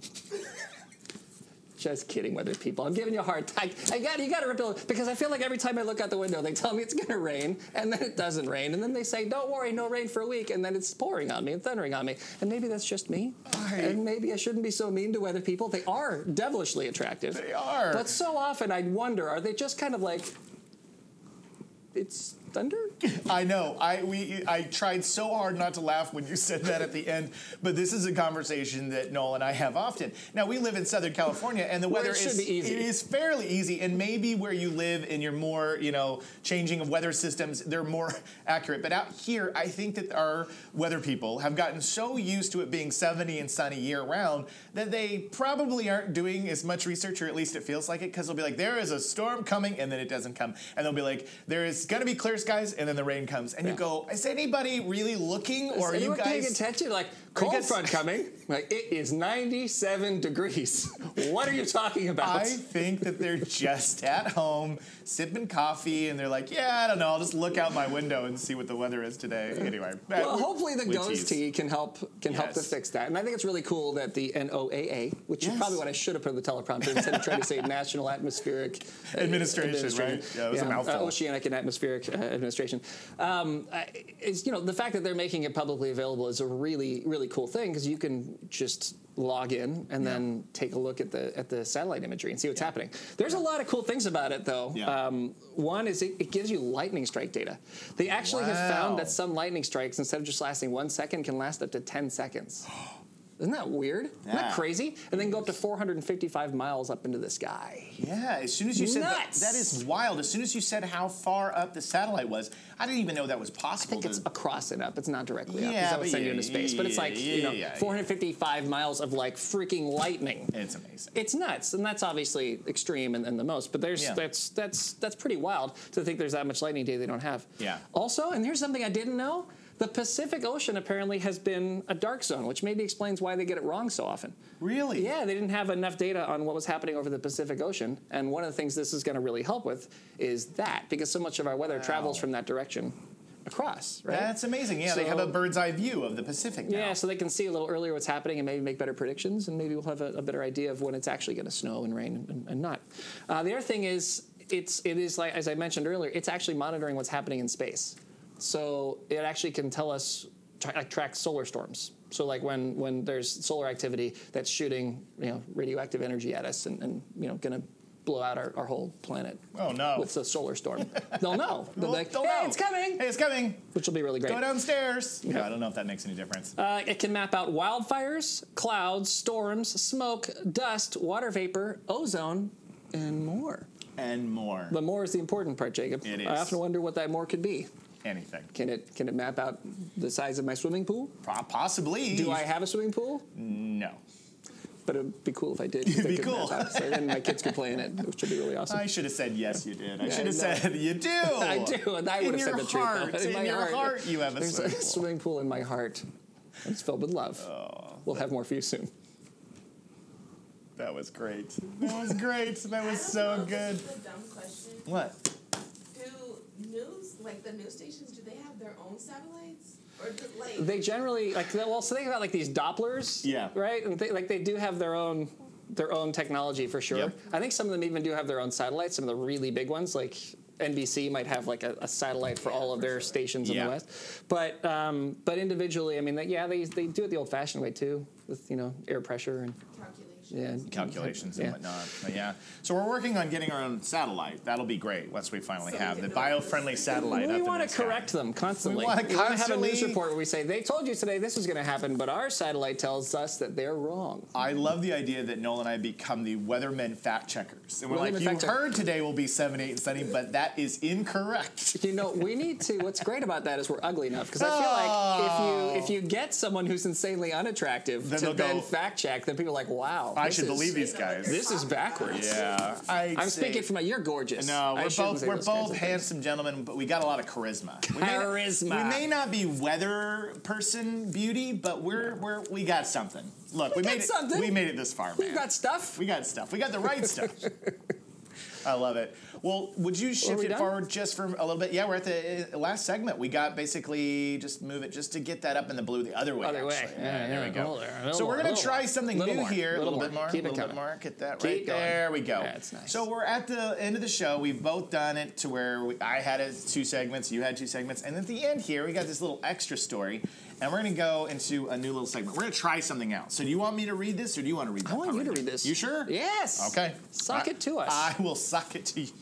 Speaker 3: Just kidding, weather people. I'm giving you a hard time. I got you. Got to repel because I feel like every time I look out the window, they tell me it's going to rain, and then it doesn't rain, and then they say, "Don't worry, no rain for a week," and then it's pouring on me and thundering on me. And maybe that's just me. And maybe I shouldn't be so mean to weather people. They are devilishly attractive.
Speaker 2: They are.
Speaker 3: But so often I wonder, are they just kind of like, it's thunder?
Speaker 2: I know. I we I tried so hard not to laugh when you said that at the end, but this is a conversation that Noel and I have often. Now we live in Southern California, and the
Speaker 3: Where
Speaker 2: weather
Speaker 3: it should
Speaker 2: is
Speaker 3: be easy.
Speaker 2: it is fairly easy, and maybe where you live and you're more you know changing of weather systems, they're more accurate. But out here, I think that our weather people have gotten so used to it being 70 and sunny year round that they probably aren't doing as much research, or at least it feels like it, because they'll be like, there is a storm coming, and then it doesn't come, and they'll be like, there is gonna be clear skies, and then the rain comes, and
Speaker 3: Yeah.
Speaker 2: you go, is anybody really looking, or
Speaker 3: Is
Speaker 2: are you
Speaker 3: anyone paying
Speaker 2: guys?
Speaker 3: attention? Like cold
Speaker 2: guys-
Speaker 3: front coming. Like it is 97 degrees. what are you talking about?
Speaker 2: I think that they're just at home sipping coffee and they're like, yeah, I don't know, I'll just look out my window and see what the weather is today. Anyway,
Speaker 3: Well, hopefully the
Speaker 2: we
Speaker 3: ghost
Speaker 2: tease.
Speaker 3: tea can help can help to
Speaker 2: Yes.
Speaker 3: fix that, and I think it's really cool that the NOAA, which is
Speaker 2: Yes.
Speaker 3: probably what I should have put in the teleprompter instead of trying to say National Atmospheric uh,
Speaker 2: Administration, right? Yeah, it was a mouthful.
Speaker 3: uh, Oceanic and Atmospheric uh, Administration. Um, I, it's you know the fact that they're making it publicly available is a really really cool thing because you can just log in and then take a look at the at the satellite imagery and see what's happening. There's a lot of cool things about it though.
Speaker 2: Yeah.
Speaker 3: Um, one is it, it gives you lightning strike data. They actually have
Speaker 2: Wow.
Speaker 3: found that some lightning strikes, instead of just lasting one second, can last up to 10 seconds. Isn't that weird? Isn't that
Speaker 2: Yeah.
Speaker 3: crazy? And then go up to 455 miles up into the sky.
Speaker 2: Yeah, as soon as you said that,
Speaker 3: Nuts.
Speaker 2: that is wild. As soon as you said how far up the satellite was, I didn't even know that was
Speaker 3: I
Speaker 2: possible.
Speaker 3: think it's
Speaker 2: to-
Speaker 3: across and up. It's not directly up.
Speaker 2: Yeah,
Speaker 3: Because that would
Speaker 2: but
Speaker 3: send you
Speaker 2: yeah,
Speaker 3: into space. But it's
Speaker 2: yeah,
Speaker 3: like,
Speaker 2: yeah,
Speaker 3: you know,
Speaker 2: yeah, yeah.
Speaker 3: 455 miles of like freaking lightning.
Speaker 2: it's amazing.
Speaker 3: It's nuts, and that's obviously extreme and, and the most. But there's
Speaker 2: Yeah.
Speaker 3: that's that's that's pretty wild to think there's that much lightning day they don't have.
Speaker 2: Yeah.
Speaker 3: Also, and here's something I didn't know: the Pacific Ocean apparently has been a dark zone, which maybe explains why they get it wrong so often.
Speaker 2: Really?
Speaker 3: Yeah, they didn't have enough data on what was happening over the Pacific Ocean, and one of the things this is going to really help with is that because so much of our weather travels from that direction. across, right?
Speaker 2: That's amazing. Yeah, they have a
Speaker 3: So-
Speaker 2: bird's eye view of the Pacific now.
Speaker 3: yeah, so they can see a little earlier what's happening and maybe make better predictions, and maybe we'll have a, a better idea of when it's actually going to snow and rain and, and not. Uh, the other thing is, it's it is like as I mentioned earlier, it's actually monitoring what's happening in space, so it actually can tell us tra- like track solar storms. So like when when there's solar activity that's shooting you know radioactive energy at us and, and you know going to blow out our, our whole planet.
Speaker 2: Oh, no.
Speaker 3: With a solar storm, they'll know. They'll
Speaker 2: Well,
Speaker 3: be like,
Speaker 2: they'll
Speaker 3: "Hey,
Speaker 2: know.
Speaker 3: it's coming,"
Speaker 2: Hey, it's coming.
Speaker 3: which will be really great.
Speaker 2: Go downstairs.
Speaker 3: Yeah.
Speaker 2: No, I don't know if that makes any difference.
Speaker 3: Uh, it can map out wildfires, clouds, storms, smoke, dust, water vapor, ozone, and more.
Speaker 2: and more.
Speaker 3: But more is the important part, Jacob.
Speaker 2: It
Speaker 3: I
Speaker 2: is.
Speaker 3: often wonder what that more could be.
Speaker 2: Anything.
Speaker 3: Can it can it map out the size of my swimming pool?
Speaker 2: Po- Possibly.
Speaker 3: Do I have a swimming pool?
Speaker 2: No.
Speaker 3: But it'd be cool if I did. 'cause
Speaker 2: It'd
Speaker 3: I
Speaker 2: be
Speaker 3: could
Speaker 2: cool.
Speaker 3: map out, so then my kids could play in it, which would be really awesome.
Speaker 2: I should have said yes. You did. I
Speaker 3: Yeah,
Speaker 2: should have
Speaker 3: I know.
Speaker 2: said you do.
Speaker 3: I do, and I
Speaker 2: In
Speaker 3: would have said
Speaker 2: your
Speaker 3: the truth,
Speaker 2: heart,
Speaker 3: though. In
Speaker 2: In,
Speaker 3: my
Speaker 2: your
Speaker 3: heart.
Speaker 2: heart, you have a
Speaker 3: There's a
Speaker 2: swimming pool.
Speaker 3: swimming pool in my heart. It's filled with love. we'll have more for you soon.
Speaker 2: Oh, That was great. That was great. That was so good.
Speaker 5: This is a dumb question.
Speaker 2: What?
Speaker 5: Do news, like the news stations, do they have their own satellites? Or do, like,
Speaker 3: They generally like well, so think about like these Dopplers,
Speaker 2: Yeah.
Speaker 3: right. And They, like they do have their own their own technology for sure.
Speaker 2: Yep.
Speaker 3: I think some of them even do have their own satellites. Some of the really big ones, like NBC, might have like a, a satellite for all of their stations in
Speaker 2: Yeah.
Speaker 3: the West. But um, but individually, I mean, they, yeah, they they do it the old-fashioned way too, with you know air pressure and
Speaker 5: calculations?
Speaker 3: yeah
Speaker 2: Calculations and
Speaker 3: Yeah.
Speaker 2: whatnot. But yeah. So we're working on getting our own satellite. That'll be great once we finally
Speaker 5: So we
Speaker 2: have
Speaker 5: can
Speaker 2: the
Speaker 5: know.
Speaker 2: bio-friendly satellite. up
Speaker 3: We
Speaker 2: in
Speaker 3: want
Speaker 2: the
Speaker 3: to
Speaker 2: sky.
Speaker 3: correct them constantly.
Speaker 2: We wanna
Speaker 3: wanna have a news
Speaker 2: constantly-
Speaker 3: report where we say they told you today this was going to happen, but our satellite tells us that they're wrong.
Speaker 2: I love the idea that Noel and I become the weathermen fact checkers. And we're
Speaker 3: Weathermen
Speaker 2: like, you
Speaker 3: fact check-
Speaker 2: heard today will be 78 and sunny, but that is incorrect.
Speaker 3: You know, we need to. What's great about that is we're ugly enough because I feel like if you if you get someone who's insanely unattractive
Speaker 2: Then
Speaker 3: to
Speaker 2: they'll
Speaker 3: then
Speaker 2: go,
Speaker 3: fact check, then people are like, "Wow,
Speaker 2: I
Speaker 3: this
Speaker 2: should
Speaker 3: is-
Speaker 2: believe these guys.
Speaker 3: This is backwards.
Speaker 2: yeah. I
Speaker 3: I'm speaking from a you're gorgeous.
Speaker 2: No,
Speaker 3: I
Speaker 2: we're
Speaker 3: shouldn't
Speaker 2: both
Speaker 3: say
Speaker 2: we're
Speaker 3: those kinds
Speaker 2: both
Speaker 3: of things.
Speaker 2: handsome gentlemen, but we got a lot of charisma. We may-
Speaker 3: Charisma.
Speaker 2: we may not be weather person beauty, but we're we're we got something. Look, we,
Speaker 3: got
Speaker 2: made it.
Speaker 3: something.
Speaker 2: We made it this far, man.
Speaker 3: We've got stuff.
Speaker 2: we got stuff. We got the right stuff. I love it. Well, would you shift
Speaker 3: we
Speaker 2: it
Speaker 3: done?
Speaker 2: forward just for a little bit? Yeah, we're at the uh, last segment. We got basically just move it just to get that up in the blue the other way.
Speaker 3: Other way.
Speaker 2: actually.
Speaker 3: Yeah,
Speaker 2: there
Speaker 3: yeah,
Speaker 2: we go.
Speaker 3: a little there, a little
Speaker 2: so
Speaker 3: more,
Speaker 2: we're
Speaker 3: a
Speaker 2: gonna
Speaker 3: little
Speaker 2: try
Speaker 3: more.
Speaker 2: something
Speaker 3: Little
Speaker 2: new
Speaker 3: more,
Speaker 2: here. A
Speaker 3: little
Speaker 2: little, bit
Speaker 3: more.
Speaker 2: more.
Speaker 3: Keep it
Speaker 2: little bit
Speaker 3: coming.
Speaker 2: more. Get that
Speaker 3: Keep
Speaker 2: right
Speaker 3: going.
Speaker 2: there. We go.
Speaker 3: That's nice.
Speaker 2: So we're at the end of the show. We've both done it to where we, I had it, two segments, you had two segments, and at the end here we got this little extra story, and we're gonna go into a new little segment. We're gonna try something out. So do you want me to read this, or do you want to read?
Speaker 3: I want
Speaker 2: that
Speaker 3: you
Speaker 2: part
Speaker 3: to
Speaker 2: right
Speaker 3: read
Speaker 2: there?
Speaker 3: this.
Speaker 2: You sure?
Speaker 3: Yes.
Speaker 2: Okay.
Speaker 3: Suck
Speaker 2: I-
Speaker 3: it to us.
Speaker 2: I will suck it to you.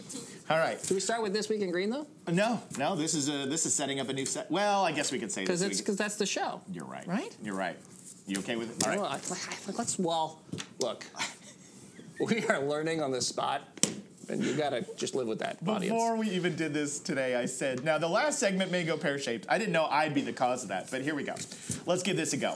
Speaker 2: All right.
Speaker 3: Do we start with this week in green though?
Speaker 2: No, no. This is a this is setting up a new set. Well, I guess we could say
Speaker 3: Because
Speaker 2: this
Speaker 3: it's
Speaker 2: week-
Speaker 3: because that's the show.
Speaker 2: You're right.
Speaker 3: Right?
Speaker 2: You're right. You okay with it? All
Speaker 3: Well,
Speaker 2: right.
Speaker 3: I- I- let's well look. we are learning on the spot, and you gotta just live with that, audience.
Speaker 2: Before we even did this today, I said, now the last segment may go pear shaped. I didn't know I'd be the cause of that, but here we go. Let's give this a go.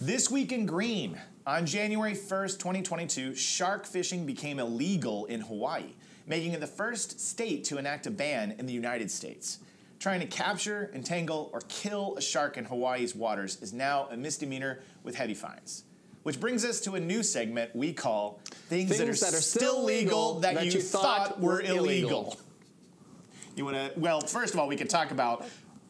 Speaker 2: This week in green, on January 1st, 2022, shark fishing became illegal in Hawaii, making it the first state to enact a ban in the United States. Trying to capture, entangle, or kill a shark in Hawaii's waters is now a misdemeanor with heavy fines. Which brings us to a new segment we call Things, that, are Still Legal That, You, Thought Were Illegal. You want to, well, first of all, we could talk about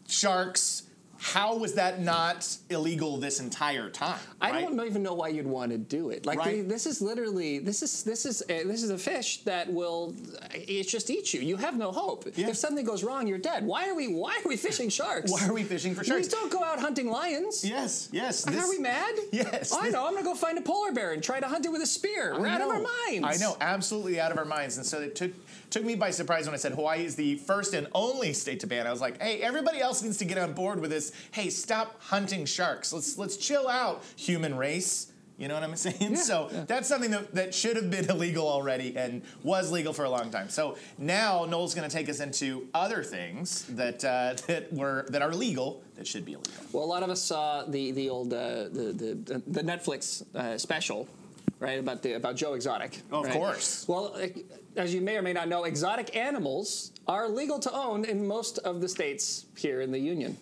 Speaker 2: sharks. How was that not illegal this entire time?
Speaker 3: I
Speaker 2: right?
Speaker 3: don't know- even know why you'd want to do it. Like
Speaker 2: Right.
Speaker 3: they- this is literally this is this is a, this is a fish that will eh, it just eat you. You have no hope.
Speaker 2: Yeah.
Speaker 3: If something goes wrong, you're dead. Why are we why are we fishing sharks?
Speaker 2: Why are we fishing for
Speaker 3: we
Speaker 2: sharks?
Speaker 3: don't go out hunting lions.
Speaker 2: Yes, yes.
Speaker 3: Are we mad?
Speaker 2: Yes,
Speaker 3: I
Speaker 2: this-
Speaker 3: know. I'm gonna go find a polar bear and try to hunt it with a spear. We're
Speaker 2: I
Speaker 3: out of our
Speaker 2: know.
Speaker 3: minds.
Speaker 2: I know, absolutely out of our minds. And so it took took me by surprise when I said Hawaii is the first and only state to ban. I was like, hey, everybody else needs to get on board with this. Hey, stop hunting sharks. Let's let's chill out, human race. You know what I'm saying? so that's something that, that should have been illegal already and was legal for a long time. So now Noel's going to take us into other things that uh, that were that are legal that should be illegal.
Speaker 3: Well, a lot of us saw the the old uh, the, the the Netflix uh, special, right about the about Joe Exotic.
Speaker 2: Oh, Of
Speaker 3: right?
Speaker 2: course.
Speaker 3: Well, eh, as you may or may not know, exotic animals are legal to own in most of the states here in the union.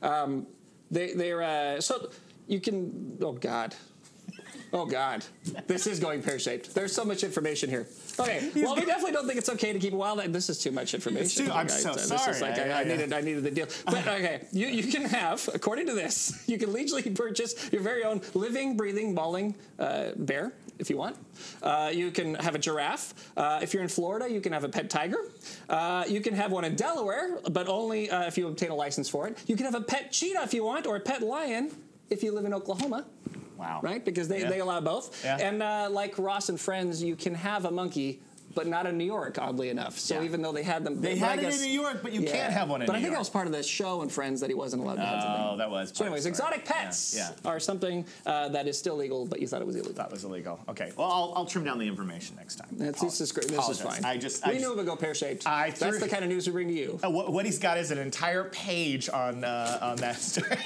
Speaker 3: Um, they they're uh, so you can oh god. Oh God, this is going pear shaped. There's so much information here. Okay, well, we definitely don't think it's okay to keep. Well, that- this is too much information.
Speaker 2: too- I'm
Speaker 3: guys.
Speaker 2: so
Speaker 3: Uh, this
Speaker 2: sorry.
Speaker 3: Is like, I,
Speaker 2: Yeah,
Speaker 3: I
Speaker 2: yeah.
Speaker 3: needed, I needed the deal. But okay, you, you can have, according to this, you can legally purchase your very own living, breathing, bawling uh, bear if you want. Uh, you can have a giraffe. Uh, if you're in Florida, you can have a pet tiger. Uh, you can have one in Delaware, but only uh, if you obtain a license for it. You can have a pet cheetah if you want, or a pet lion if you live in Oklahoma
Speaker 2: Wow.
Speaker 3: right? Because they,
Speaker 2: Yeah.
Speaker 3: they allow both.
Speaker 2: Yeah.
Speaker 3: And uh, like Ross and Friends, you can have a monkey, but not in New York, oddly enough. So
Speaker 2: Yeah.
Speaker 3: even though they had them,
Speaker 2: They
Speaker 3: but I
Speaker 2: had it
Speaker 3: guess-
Speaker 2: in New York, but you
Speaker 3: Yeah.
Speaker 2: can't have one in
Speaker 3: But
Speaker 2: New
Speaker 3: I think
Speaker 2: York.
Speaker 3: that was part of the show and Friends that he wasn't allowed to have something.
Speaker 2: Oh, that was.
Speaker 3: So,
Speaker 2: part of
Speaker 3: anyways,
Speaker 2: the story.
Speaker 3: exotic pets
Speaker 2: Yeah. yeah.
Speaker 3: are something uh, that is still legal, but you thought it was illegal.
Speaker 2: That was illegal. Okay. Well, I'll, I'll trim down the information next time.
Speaker 3: That's, this is great. This is
Speaker 2: Apologize.
Speaker 3: fine.
Speaker 2: I just.
Speaker 3: we
Speaker 2: I just-
Speaker 3: knew it would go pear shaped.
Speaker 2: I
Speaker 3: That's
Speaker 2: threw-
Speaker 3: the kind of news we bring to you.
Speaker 2: Uh, what, what he's got is an entire page on uh, on that story.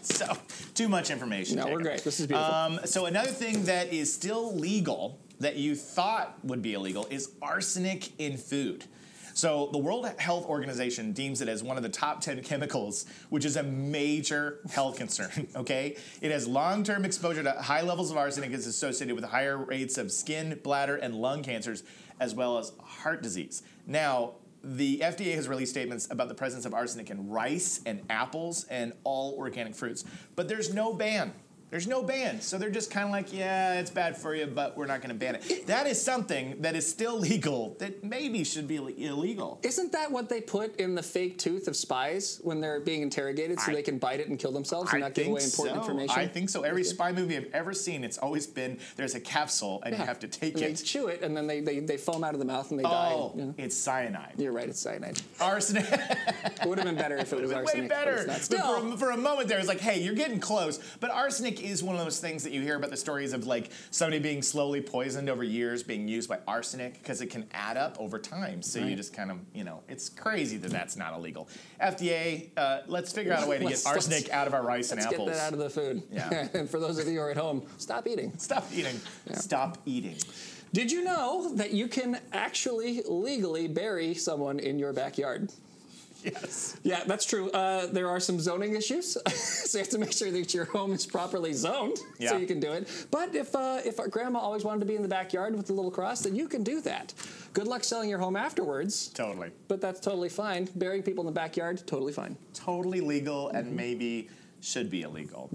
Speaker 2: so too much information.
Speaker 3: No, we're
Speaker 2: Jacob.
Speaker 3: great. This is beautiful.
Speaker 2: Um, so another thing that is still legal that you thought would be illegal is arsenic in food. So the World Health Organization deems it as one of the top 10 chemicals, which is a major health concern, okay? It has long-term exposure to high levels of arsenic is associated with higher rates of skin, bladder, and lung cancers as well as heart disease. Now, the FDA has released statements about the presence of arsenic in rice and apples and all organic fruits, but there's no ban. There's no ban. So they're just kind of like, yeah, it's bad for you, but we're not going to ban it. That is something that is still legal that maybe should be ill- illegal.
Speaker 3: Isn't that what they put in the fake tooth of spies when they're being interrogated so
Speaker 2: I-
Speaker 3: they can bite it and kill themselves and not give away important
Speaker 2: so.
Speaker 3: information?
Speaker 2: I think so. Every spy movie I've ever seen, it's always been there's a capsule and
Speaker 3: Yeah.
Speaker 2: you have to take
Speaker 3: And They
Speaker 2: it.
Speaker 3: chew it and then they, they, they foam out of the mouth and they
Speaker 2: Oh,
Speaker 3: die. You know?
Speaker 2: it's cyanide.
Speaker 3: You're right, it's cyanide.
Speaker 2: Arsenic.
Speaker 3: It would have been better if it
Speaker 2: It
Speaker 3: was
Speaker 2: was
Speaker 3: arsenic.
Speaker 2: way
Speaker 3: but
Speaker 2: better.
Speaker 3: it's not.
Speaker 2: But for,
Speaker 3: Still,
Speaker 2: a, for a moment there, it's like, hey, you're getting close. But arsenic is one of those things that you hear about the stories of like somebody being slowly poisoned over years, being used by arsenic because it can add up over time. So you
Speaker 3: Right.
Speaker 2: just kind of, you know, it's crazy that that's not illegal. FDA, uh, let's figure out a way to get
Speaker 3: Let's- let's-
Speaker 2: arsenic out of our rice and
Speaker 3: let's get
Speaker 2: apples.
Speaker 3: that out of the food.
Speaker 2: Yeah.
Speaker 3: and for those of you who are at home, stop eating.
Speaker 2: Stop eating. Stop eating.
Speaker 3: Did you know that you can actually legally bury someone in your backyard?
Speaker 2: Yes.
Speaker 3: Yeah, that's true. Uh, there are some zoning issues, so you have to make sure that your home is properly zoned
Speaker 2: Yeah.
Speaker 3: so you can do it. But if uh, if our grandma always wanted to be in the backyard with the little cross, then you can do that. Good luck selling your home afterwards,
Speaker 2: Totally.
Speaker 3: but that's totally fine. Burying people in the backyard, totally fine.
Speaker 2: totally legal and maybe should be illegal.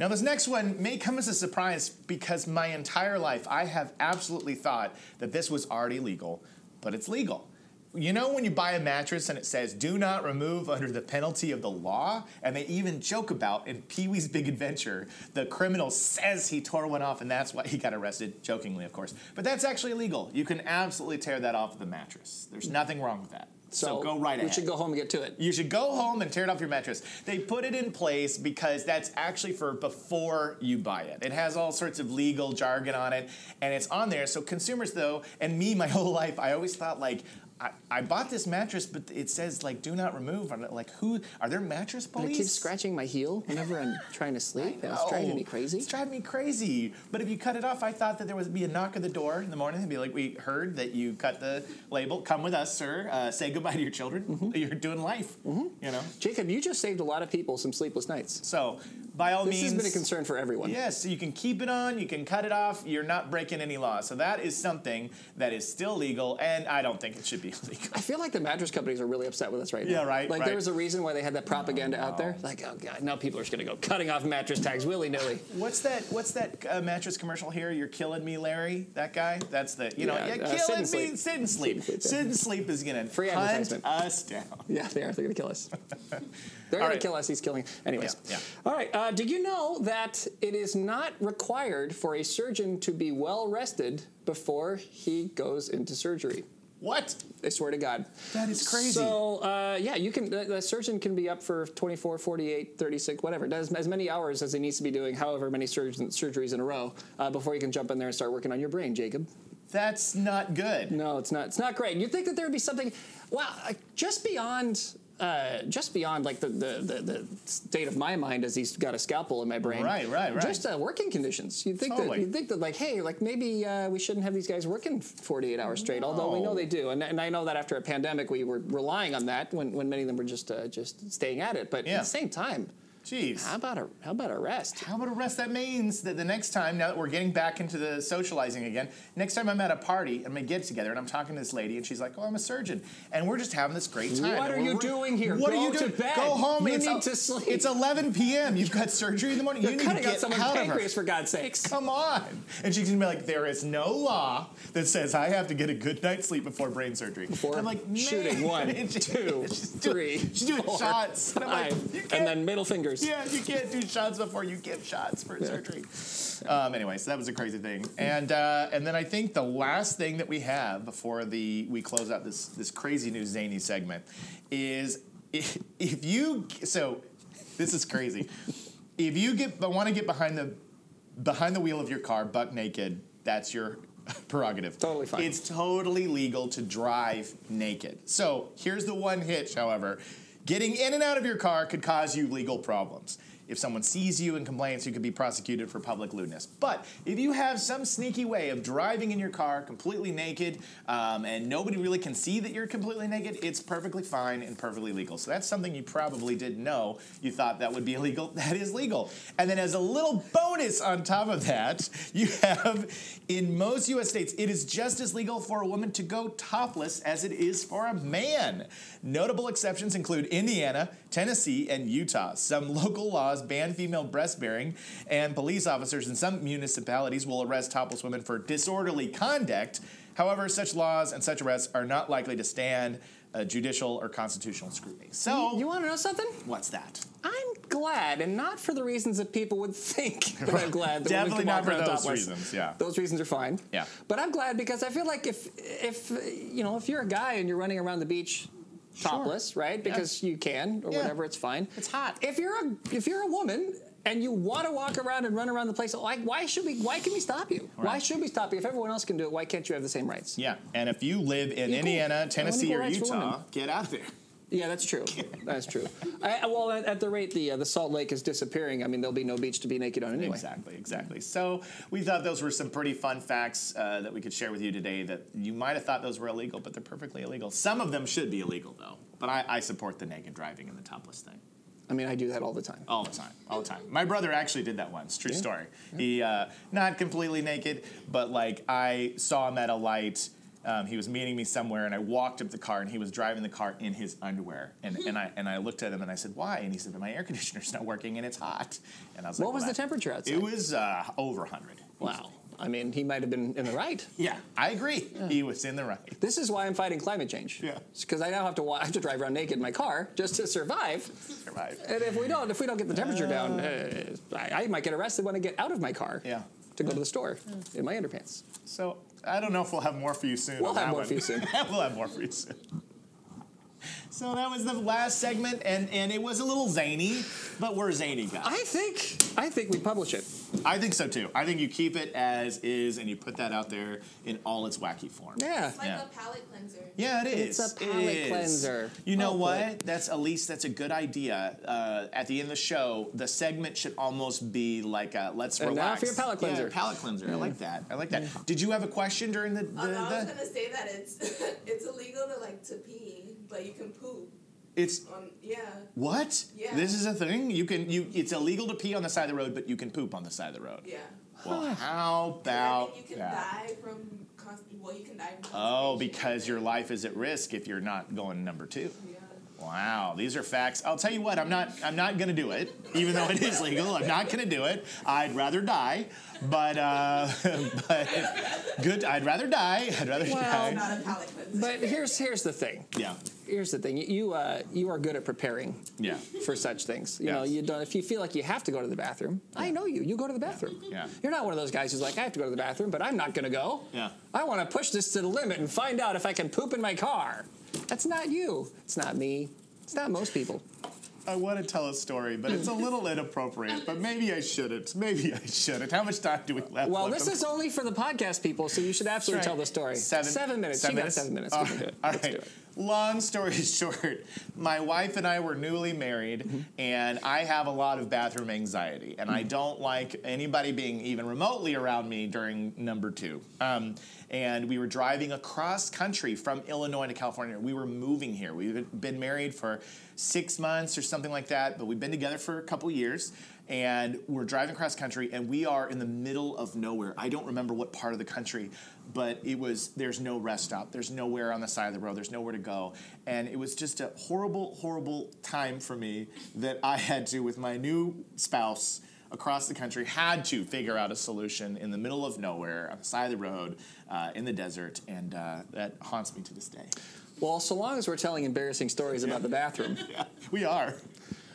Speaker 2: Now, this next one may come as a surprise because my entire life I have absolutely thought that this was already legal, but it's legal. You know, when you buy a mattress and it says, do not remove under the penalty of the law? And they even joke about in Pee Wee's Big Adventure, the criminal says he tore one off and that's why he got arrested, jokingly, of course. But that's actually legal. You can absolutely tear that off of the mattress. There's nothing wrong with that. So, go right
Speaker 3: We
Speaker 2: ahead.
Speaker 3: should go home and get to it.
Speaker 2: You should go home and tear it off your mattress. They put it in place because that's actually for before you buy it. It has all sorts of legal jargon on it, and it's on there. So consumers, though, and me, my whole life, I always thought like. I, I bought this mattress, but it says like "do not remove." I'm like, who are there mattress
Speaker 3: But I
Speaker 2: police?
Speaker 3: keep scratching my heel whenever I'm trying to sleep. and It's
Speaker 2: No.
Speaker 3: driving me crazy.
Speaker 2: It's driving me crazy. But if you cut it off, I thought that there would be a knock at the door in the morning and be like, "We heard that you cut the label. Come with us, sir. Uh, say goodbye to your children.
Speaker 3: Mm-hmm.
Speaker 2: You're doing life. You know."
Speaker 3: Jacob, you just saved a lot of people some sleepless nights.
Speaker 2: So, by all
Speaker 3: This
Speaker 2: means,
Speaker 3: has been a concern for everyone.
Speaker 2: Yes, so you can keep it on, you can cut it off. You're not breaking any law. So that is something that is still legal, and I don't think it should be illegal.
Speaker 3: I feel like the mattress companies are really upset with us right now.
Speaker 2: Yeah, right,
Speaker 3: Like
Speaker 2: right.
Speaker 3: there was a reason why they had that propaganda out there. Like, oh god, now people are just gonna go cutting off mattress tags willy nilly.
Speaker 2: What's that? What's that uh, mattress commercial here? You're killing me, Larry. That guy. That's the you know.
Speaker 3: Yeah,
Speaker 2: you're
Speaker 3: uh, Sit
Speaker 2: killing
Speaker 3: and
Speaker 2: me.
Speaker 3: Sleep.
Speaker 2: Sit and sleep.
Speaker 3: Sit and Sleep, yeah.
Speaker 2: Sit and sleep is gonna
Speaker 3: Free
Speaker 2: hunt
Speaker 3: advertisement.
Speaker 2: us down.
Speaker 3: yeah, they are. They're gonna kill us. They're
Speaker 2: All
Speaker 3: gonna
Speaker 2: right.
Speaker 3: kill us. He's killing. Anyways.
Speaker 2: Yeah, yeah.
Speaker 3: All right. Uh, did you know that it is not required for a surgeon to be well rested before he goes into surgery?
Speaker 2: What?
Speaker 3: I swear to God.
Speaker 2: That is crazy.
Speaker 3: So, uh, yeah, you can, the, the surgeon can be up for 24, 48, 36, whatever, does as many hours as he needs to be doing, however many surgeon, surgeries in a row, uh, before you can jump in there and start working on your brain, Jacob.
Speaker 2: That's not good.
Speaker 3: No, it's not. It's not great. You'd think that there would be something, wow, uh, just beyond. Uh, just beyond like the, the, the, the state of my mind as he's got a scalpel in my brain.
Speaker 2: Right, right, right.
Speaker 3: Just uh, working conditions. You'd think
Speaker 2: Totally.
Speaker 3: that you'd think that like, hey, like maybe uh, we shouldn't have these guys working 48 hours straight. Although we know
Speaker 2: No.
Speaker 3: they do, and, and I know that after a pandemic we were relying on that when, when many of them were just uh, just staying at it. But
Speaker 2: Yeah.
Speaker 3: at the same time,
Speaker 2: Jeez.
Speaker 3: How about a how about a rest?
Speaker 2: How about a rest? That means that the next time, now that we're getting back into the socializing again, next time I'm at a party, I'm gonna get together and I'm talking to this lady, and she's like, "Oh, I'm a surgeon," and we're just having this great time.
Speaker 3: What
Speaker 2: and
Speaker 3: are
Speaker 2: we're-
Speaker 3: you
Speaker 2: we're-
Speaker 3: doing here?
Speaker 2: What
Speaker 3: Go
Speaker 2: are you
Speaker 3: to
Speaker 2: doing?
Speaker 3: bed.
Speaker 2: Go home.
Speaker 3: You
Speaker 2: it's
Speaker 3: need
Speaker 2: el-
Speaker 3: to sleep.
Speaker 2: It's 11 p.m. You've got surgery in the morning.
Speaker 3: You're
Speaker 2: you need to
Speaker 3: cutting out
Speaker 2: get
Speaker 3: someone's
Speaker 2: out of her.
Speaker 3: pancreas for God's sakes.
Speaker 2: Come on. And she's gonna be like, "There is no law that says I have to get a good night's sleep before brain surgery."
Speaker 3: Or
Speaker 2: I'm like,
Speaker 3: shooting
Speaker 2: "Man."
Speaker 3: one,
Speaker 2: She's
Speaker 3: two, three,
Speaker 2: doing- she's doing
Speaker 3: four,
Speaker 2: shots. And I'm like,
Speaker 3: five,
Speaker 2: "You can't
Speaker 3: and then middle fingers.
Speaker 2: yeah, you can't do shots before you give shots for surgery. Um, anyway, so that was a crazy thing, and uh, and then I think the last thing that we have before the we close out this this crazy new zany segment is if, if you so this is crazy if you get but want to get behind the behind the wheel of your car buck naked that's your prerogative
Speaker 3: Totally fine.
Speaker 2: it's totally legal to drive naked so here's the one hitch however getting in and out of your car could cause you legal problems if someone sees you and complains you could be prosecuted for public lewdness but if you have some sneaky way of driving in your car completely naked um, and nobody really can see that you're completely naked it's perfectly fine and perfectly legal so that's something you probably didn't know you thought that would be illegal that is legal and then as a little bonus on top of that you have in most us states it is just as legal for a woman to go topless as it is for a man notable exceptions include indiana tennessee and utah some local laws ban female breast bearing and police officers in some municipalities will arrest topless women for disorderly conduct however such laws and such arrests are not likely to stand uh, judicial or constitutional scrutiny so
Speaker 3: You want to know something?
Speaker 2: what's that
Speaker 3: I'm glad, and not for the reasons that people would think that I'm glad. That women
Speaker 2: Definitely
Speaker 3: can
Speaker 2: not
Speaker 3: walk
Speaker 2: for
Speaker 3: around
Speaker 2: those
Speaker 3: topless.
Speaker 2: reasons, yeah.
Speaker 3: those reasons are fine.
Speaker 2: Yeah.
Speaker 3: but I'm glad because I feel like if if you know if you're a guy and you're running around the beach topless, right? Because you can or
Speaker 2: Yeah.
Speaker 3: whatever, it's fine.
Speaker 2: It's hot.
Speaker 3: If you're a if you're a woman and you want to walk around and run around the place, like why should we? Why can we stop you? Why
Speaker 2: Right.
Speaker 3: should we stop you? If everyone else can do it, why can't you have the same rights?
Speaker 2: Yeah, and if you live in
Speaker 3: Equal-
Speaker 2: Indiana,
Speaker 3: equal
Speaker 2: Tennessee, or
Speaker 3: rights for
Speaker 2: Utah,
Speaker 3: women.
Speaker 2: get out of there.
Speaker 3: Yeah, that's true. That's true. I, I- well, at, at the rate the uh, the Salt Lake is disappearing, I mean, there'll be no beach to be naked on anyway.
Speaker 2: Exactly, exactly. So we thought those were some pretty fun facts uh, that we could share with you today. That you might have thought those were illegal, but they're perfectly illegal. Some of them should be illegal, though. But I, I support the naked driving and the topless thing.
Speaker 3: I mean, I do that all the time.
Speaker 2: all the time, all the time. My brother actually did that once. True story. He uh, not completely naked, but like I saw him at a light. Um, he was meeting me somewhere, and I walked up the car, and he was driving the car in his underwear. And,
Speaker 3: Hmm.
Speaker 2: and I and I looked at him, and I said, "Why?" And he said, "My air conditioner's not working, and it's hot." And I was like,
Speaker 3: What was
Speaker 2: "Well,
Speaker 3: the
Speaker 2: that-
Speaker 3: temperature outside?
Speaker 2: It was uh, over 100.
Speaker 3: Wow. I mean, he might have been in the right.
Speaker 2: Yeah, I agree. He was in the right.
Speaker 3: This is why I'm fighting climate change.
Speaker 2: Yeah.
Speaker 3: Because I now have to wa- I have to drive around naked in my car just to survive.
Speaker 2: Survived.
Speaker 3: And if we don't, if we don't get the temperature down, uh, I, I might get arrested when I get out of my car.
Speaker 2: Yeah.
Speaker 3: To go to the store in my underpants.
Speaker 2: So I don't know if we'll have more for you soon.
Speaker 3: We'll
Speaker 2: on
Speaker 3: have
Speaker 2: that
Speaker 3: more
Speaker 2: one.
Speaker 3: for you soon.
Speaker 2: we'll have more for you soon. So that was the last segment, and, and it was a little zany, but we're zany guys.
Speaker 3: I think I think we publish it.
Speaker 2: I think so too. I think you keep it as is, and you put that out there in all its wacky form.
Speaker 3: Yeah.
Speaker 5: It's like
Speaker 2: Yeah.
Speaker 5: a palate cleanser.
Speaker 2: Yeah, it is.
Speaker 3: It's a palate
Speaker 2: It is.
Speaker 3: cleanser.
Speaker 2: You know
Speaker 3: Well
Speaker 2: what?
Speaker 3: put.
Speaker 2: That's at least that's a good idea. Uh, at the end of the show, the segment should almost be like a let's
Speaker 3: And now
Speaker 2: relax.
Speaker 3: for your palate
Speaker 2: Yeah,
Speaker 3: cleanser.
Speaker 2: palate cleanser. I like that. I like that. Did you have a question during the? the,
Speaker 5: Oh, no, I was
Speaker 2: the-
Speaker 5: gonna say that it's it's illegal to like to pee, but you can poop
Speaker 2: It's
Speaker 5: on yeah.
Speaker 2: What?
Speaker 5: Yeah.
Speaker 2: This is a thing. You can you. It's illegal to pee on the side of the road, but you can poop on the side of the road.
Speaker 5: Yeah.
Speaker 2: Well, how
Speaker 5: I
Speaker 2: about
Speaker 5: think you can
Speaker 2: that?
Speaker 5: die from const- well, you can die from
Speaker 2: Oh,
Speaker 5: constipation.
Speaker 2: because your life is at risk if you're not going number two.
Speaker 5: Yeah.
Speaker 2: Wow, these are facts. I'll tell you what, I'm not I'm not gonna do it, even though it is legal. I'm not gonna do it. I'd rather die, but uh, but good. I'd rather die. I'd rather
Speaker 3: Well-
Speaker 2: die.
Speaker 5: not a palate cleanser.
Speaker 3: But here's here's the thing.
Speaker 2: Yeah,
Speaker 3: Here's the thing. You uh, you are good at preparing
Speaker 2: yeah,
Speaker 3: for such things. You know,
Speaker 2: Yes.
Speaker 3: you don't. If you feel like you have to go to the bathroom, I know you. You go to the bathroom.
Speaker 2: Yeah.
Speaker 3: You're not one of those guys who's like, I have to go to the bathroom, but I'm not going to go.
Speaker 2: Yeah.
Speaker 3: I want to push this to the limit and find out if I can poop in my car. That's not you. It's not me. It's not most people.
Speaker 2: I want to tell a story, but it's a little inappropriate. But maybe I shouldn't. Maybe I shouldn't. How much time do we left?
Speaker 3: Well,
Speaker 2: left
Speaker 3: this is only for the podcast people, so you should absolutely
Speaker 2: That's right.
Speaker 3: tell the story.
Speaker 2: Seven,
Speaker 3: minutes.
Speaker 2: Seven
Speaker 3: you
Speaker 2: minutes.
Speaker 3: got seven minutes.
Speaker 2: All
Speaker 3: we can do
Speaker 2: right.
Speaker 3: it.
Speaker 2: All
Speaker 3: Let's
Speaker 2: right.
Speaker 3: do it.
Speaker 2: long story short, my wife and I were newly married,
Speaker 3: Mm-hmm.
Speaker 2: and I have a lot of bathroom anxiety, and
Speaker 3: Mm.
Speaker 2: I don't like anybody being even remotely around me during number two. Um, and we were driving across country from Illinois to California. We were moving here. We've been married for six months or something like that, but we've been together for a couple years. And we're driving across country, and we are in the middle of nowhere. I don't remember what part of the country, but it was there's no rest stop, there's nowhere on the side of the road, there's nowhere to go. And it was just a horrible, horrible time for me that I had to, with my new spouse across the country, had to figure out a solution in the middle of nowhere, on the side of the road, uh, in the desert, and uh, that haunts me to this day.
Speaker 3: Well, so long as we're telling embarrassing stories about the bathroom,
Speaker 2: We are.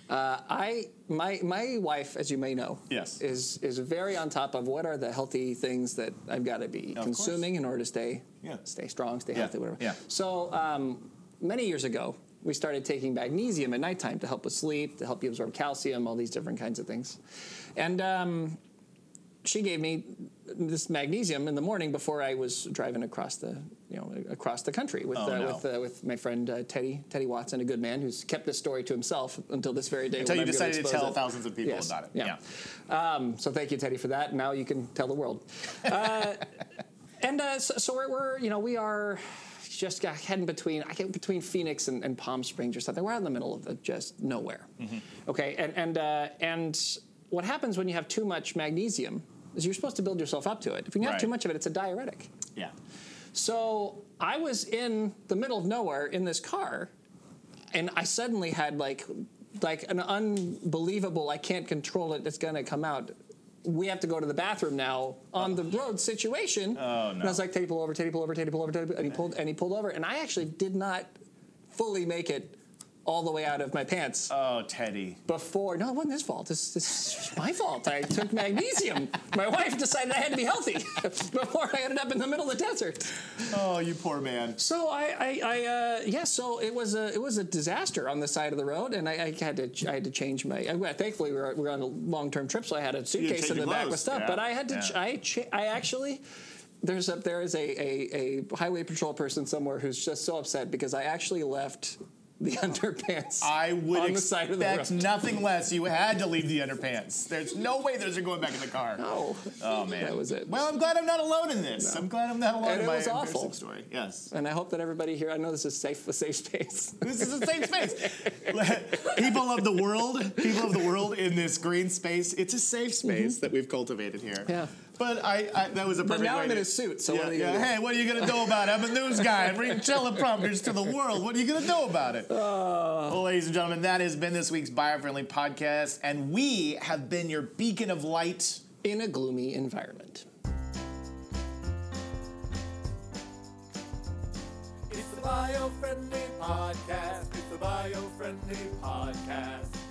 Speaker 3: I my my wife, as you may know,
Speaker 2: Yes.
Speaker 3: is is very on top of what are the healthy things that I've got to be
Speaker 2: course.
Speaker 3: consuming in order to stay
Speaker 2: Yeah.
Speaker 3: stay strong, stay healthy, whatever.
Speaker 2: yeah.
Speaker 3: So um, many years ago, we started taking magnesium at nighttime to help with sleep, to help you absorb calcium, all these different kinds of things, and. Um, she gave me this magnesium in the morning before I was driving across the you know across the country with
Speaker 2: Oh,
Speaker 3: uh,
Speaker 2: no.
Speaker 3: with uh, with my friend uh, Teddy Teddy Watson, a good man who's kept this story to himself until this very day.
Speaker 2: Until
Speaker 3: when
Speaker 2: you
Speaker 3: I'm gonna
Speaker 2: decided to
Speaker 3: expose
Speaker 2: tell
Speaker 3: it.
Speaker 2: thousands of people
Speaker 3: Yes,
Speaker 2: about it.
Speaker 3: Yeah. Um, so thank you, Teddy, for that. Now you can tell the world. Uh, and uh, so, so we're, we're you know we are just got heading between I get between Phoenix and, and Palm Springs or something. We're out in the middle of the, just nowhere. Okay, and and uh, and what happens when you have too much magnesium is you're supposed to build yourself up to it. If you have
Speaker 2: Right.
Speaker 3: too much of it, it's a diuretic.
Speaker 2: Yeah.
Speaker 3: So I was in the middle of nowhere in this car, and I suddenly had like like an unbelievable I can't control it. It's gonna come out. We have to go to the bathroom now on the road situation. Oh no! And I was like, Teddy, pull over. Teddy, pull over. Teddy, pull over. Teddy, and he pulled and he pulled over. And I actually did not fully make it all the way out of my pants
Speaker 2: Oh, Teddy.
Speaker 3: before. No, it wasn't his fault. This, this is my fault. I took magnesium. My wife decided I had to be healthy before I ended up in the middle of the desert.
Speaker 2: Oh, you poor man.
Speaker 3: So I, I, I uh, yeah. So it was a, it was a disaster on the side of the road, and I, I had to, ch- I had to change my. I, well, thankfully, we were, we were on a long term trip, so I had a suitcase
Speaker 2: change
Speaker 3: in the
Speaker 2: your
Speaker 3: back
Speaker 2: clothes.
Speaker 3: with stuff.
Speaker 2: Yeah,
Speaker 3: But I had to, ch-
Speaker 2: yeah.
Speaker 3: I, cha- I actually. There's a, there is a, a, a highway patrol person somewhere who's just so upset because I actually left the underpants
Speaker 2: I would
Speaker 3: on the
Speaker 2: expect
Speaker 3: side of the road.
Speaker 2: nothing less. You had to leave the underpants. There's no way those are going back in the car.
Speaker 3: oh,
Speaker 2: Oh man,
Speaker 3: That was it.
Speaker 2: Well, I'm glad I'm not alone in this. I'm glad I'm not alone
Speaker 3: And
Speaker 2: in
Speaker 3: it
Speaker 2: my
Speaker 3: was awful.
Speaker 2: embarrassing story. Yes,
Speaker 3: and I hope that everybody here. I know this is safe, a safe space.
Speaker 2: this is a safe space. people of the world, people of the world in this green space. It's a safe space that we've cultivated here.
Speaker 3: Mm-hmm. Yeah.
Speaker 2: But I, I that was a
Speaker 3: But
Speaker 2: perfect.
Speaker 3: now
Speaker 2: way
Speaker 3: I'm
Speaker 2: to-
Speaker 3: in a suit, so
Speaker 2: yeah,
Speaker 3: what are you
Speaker 2: yeah.
Speaker 3: gonna do?
Speaker 2: Hey, what are you gonna do about it? I'm a news guy. I'm reading teleprompters to the world. What are you gonna do about it?
Speaker 3: Uh.
Speaker 2: Well, ladies and gentlemen, that has been this week's Biofriendly podcast, and we have been your beacon of light.
Speaker 3: in a gloomy environment.
Speaker 1: It's the bio friendly podcast. It's the bio friendly podcast.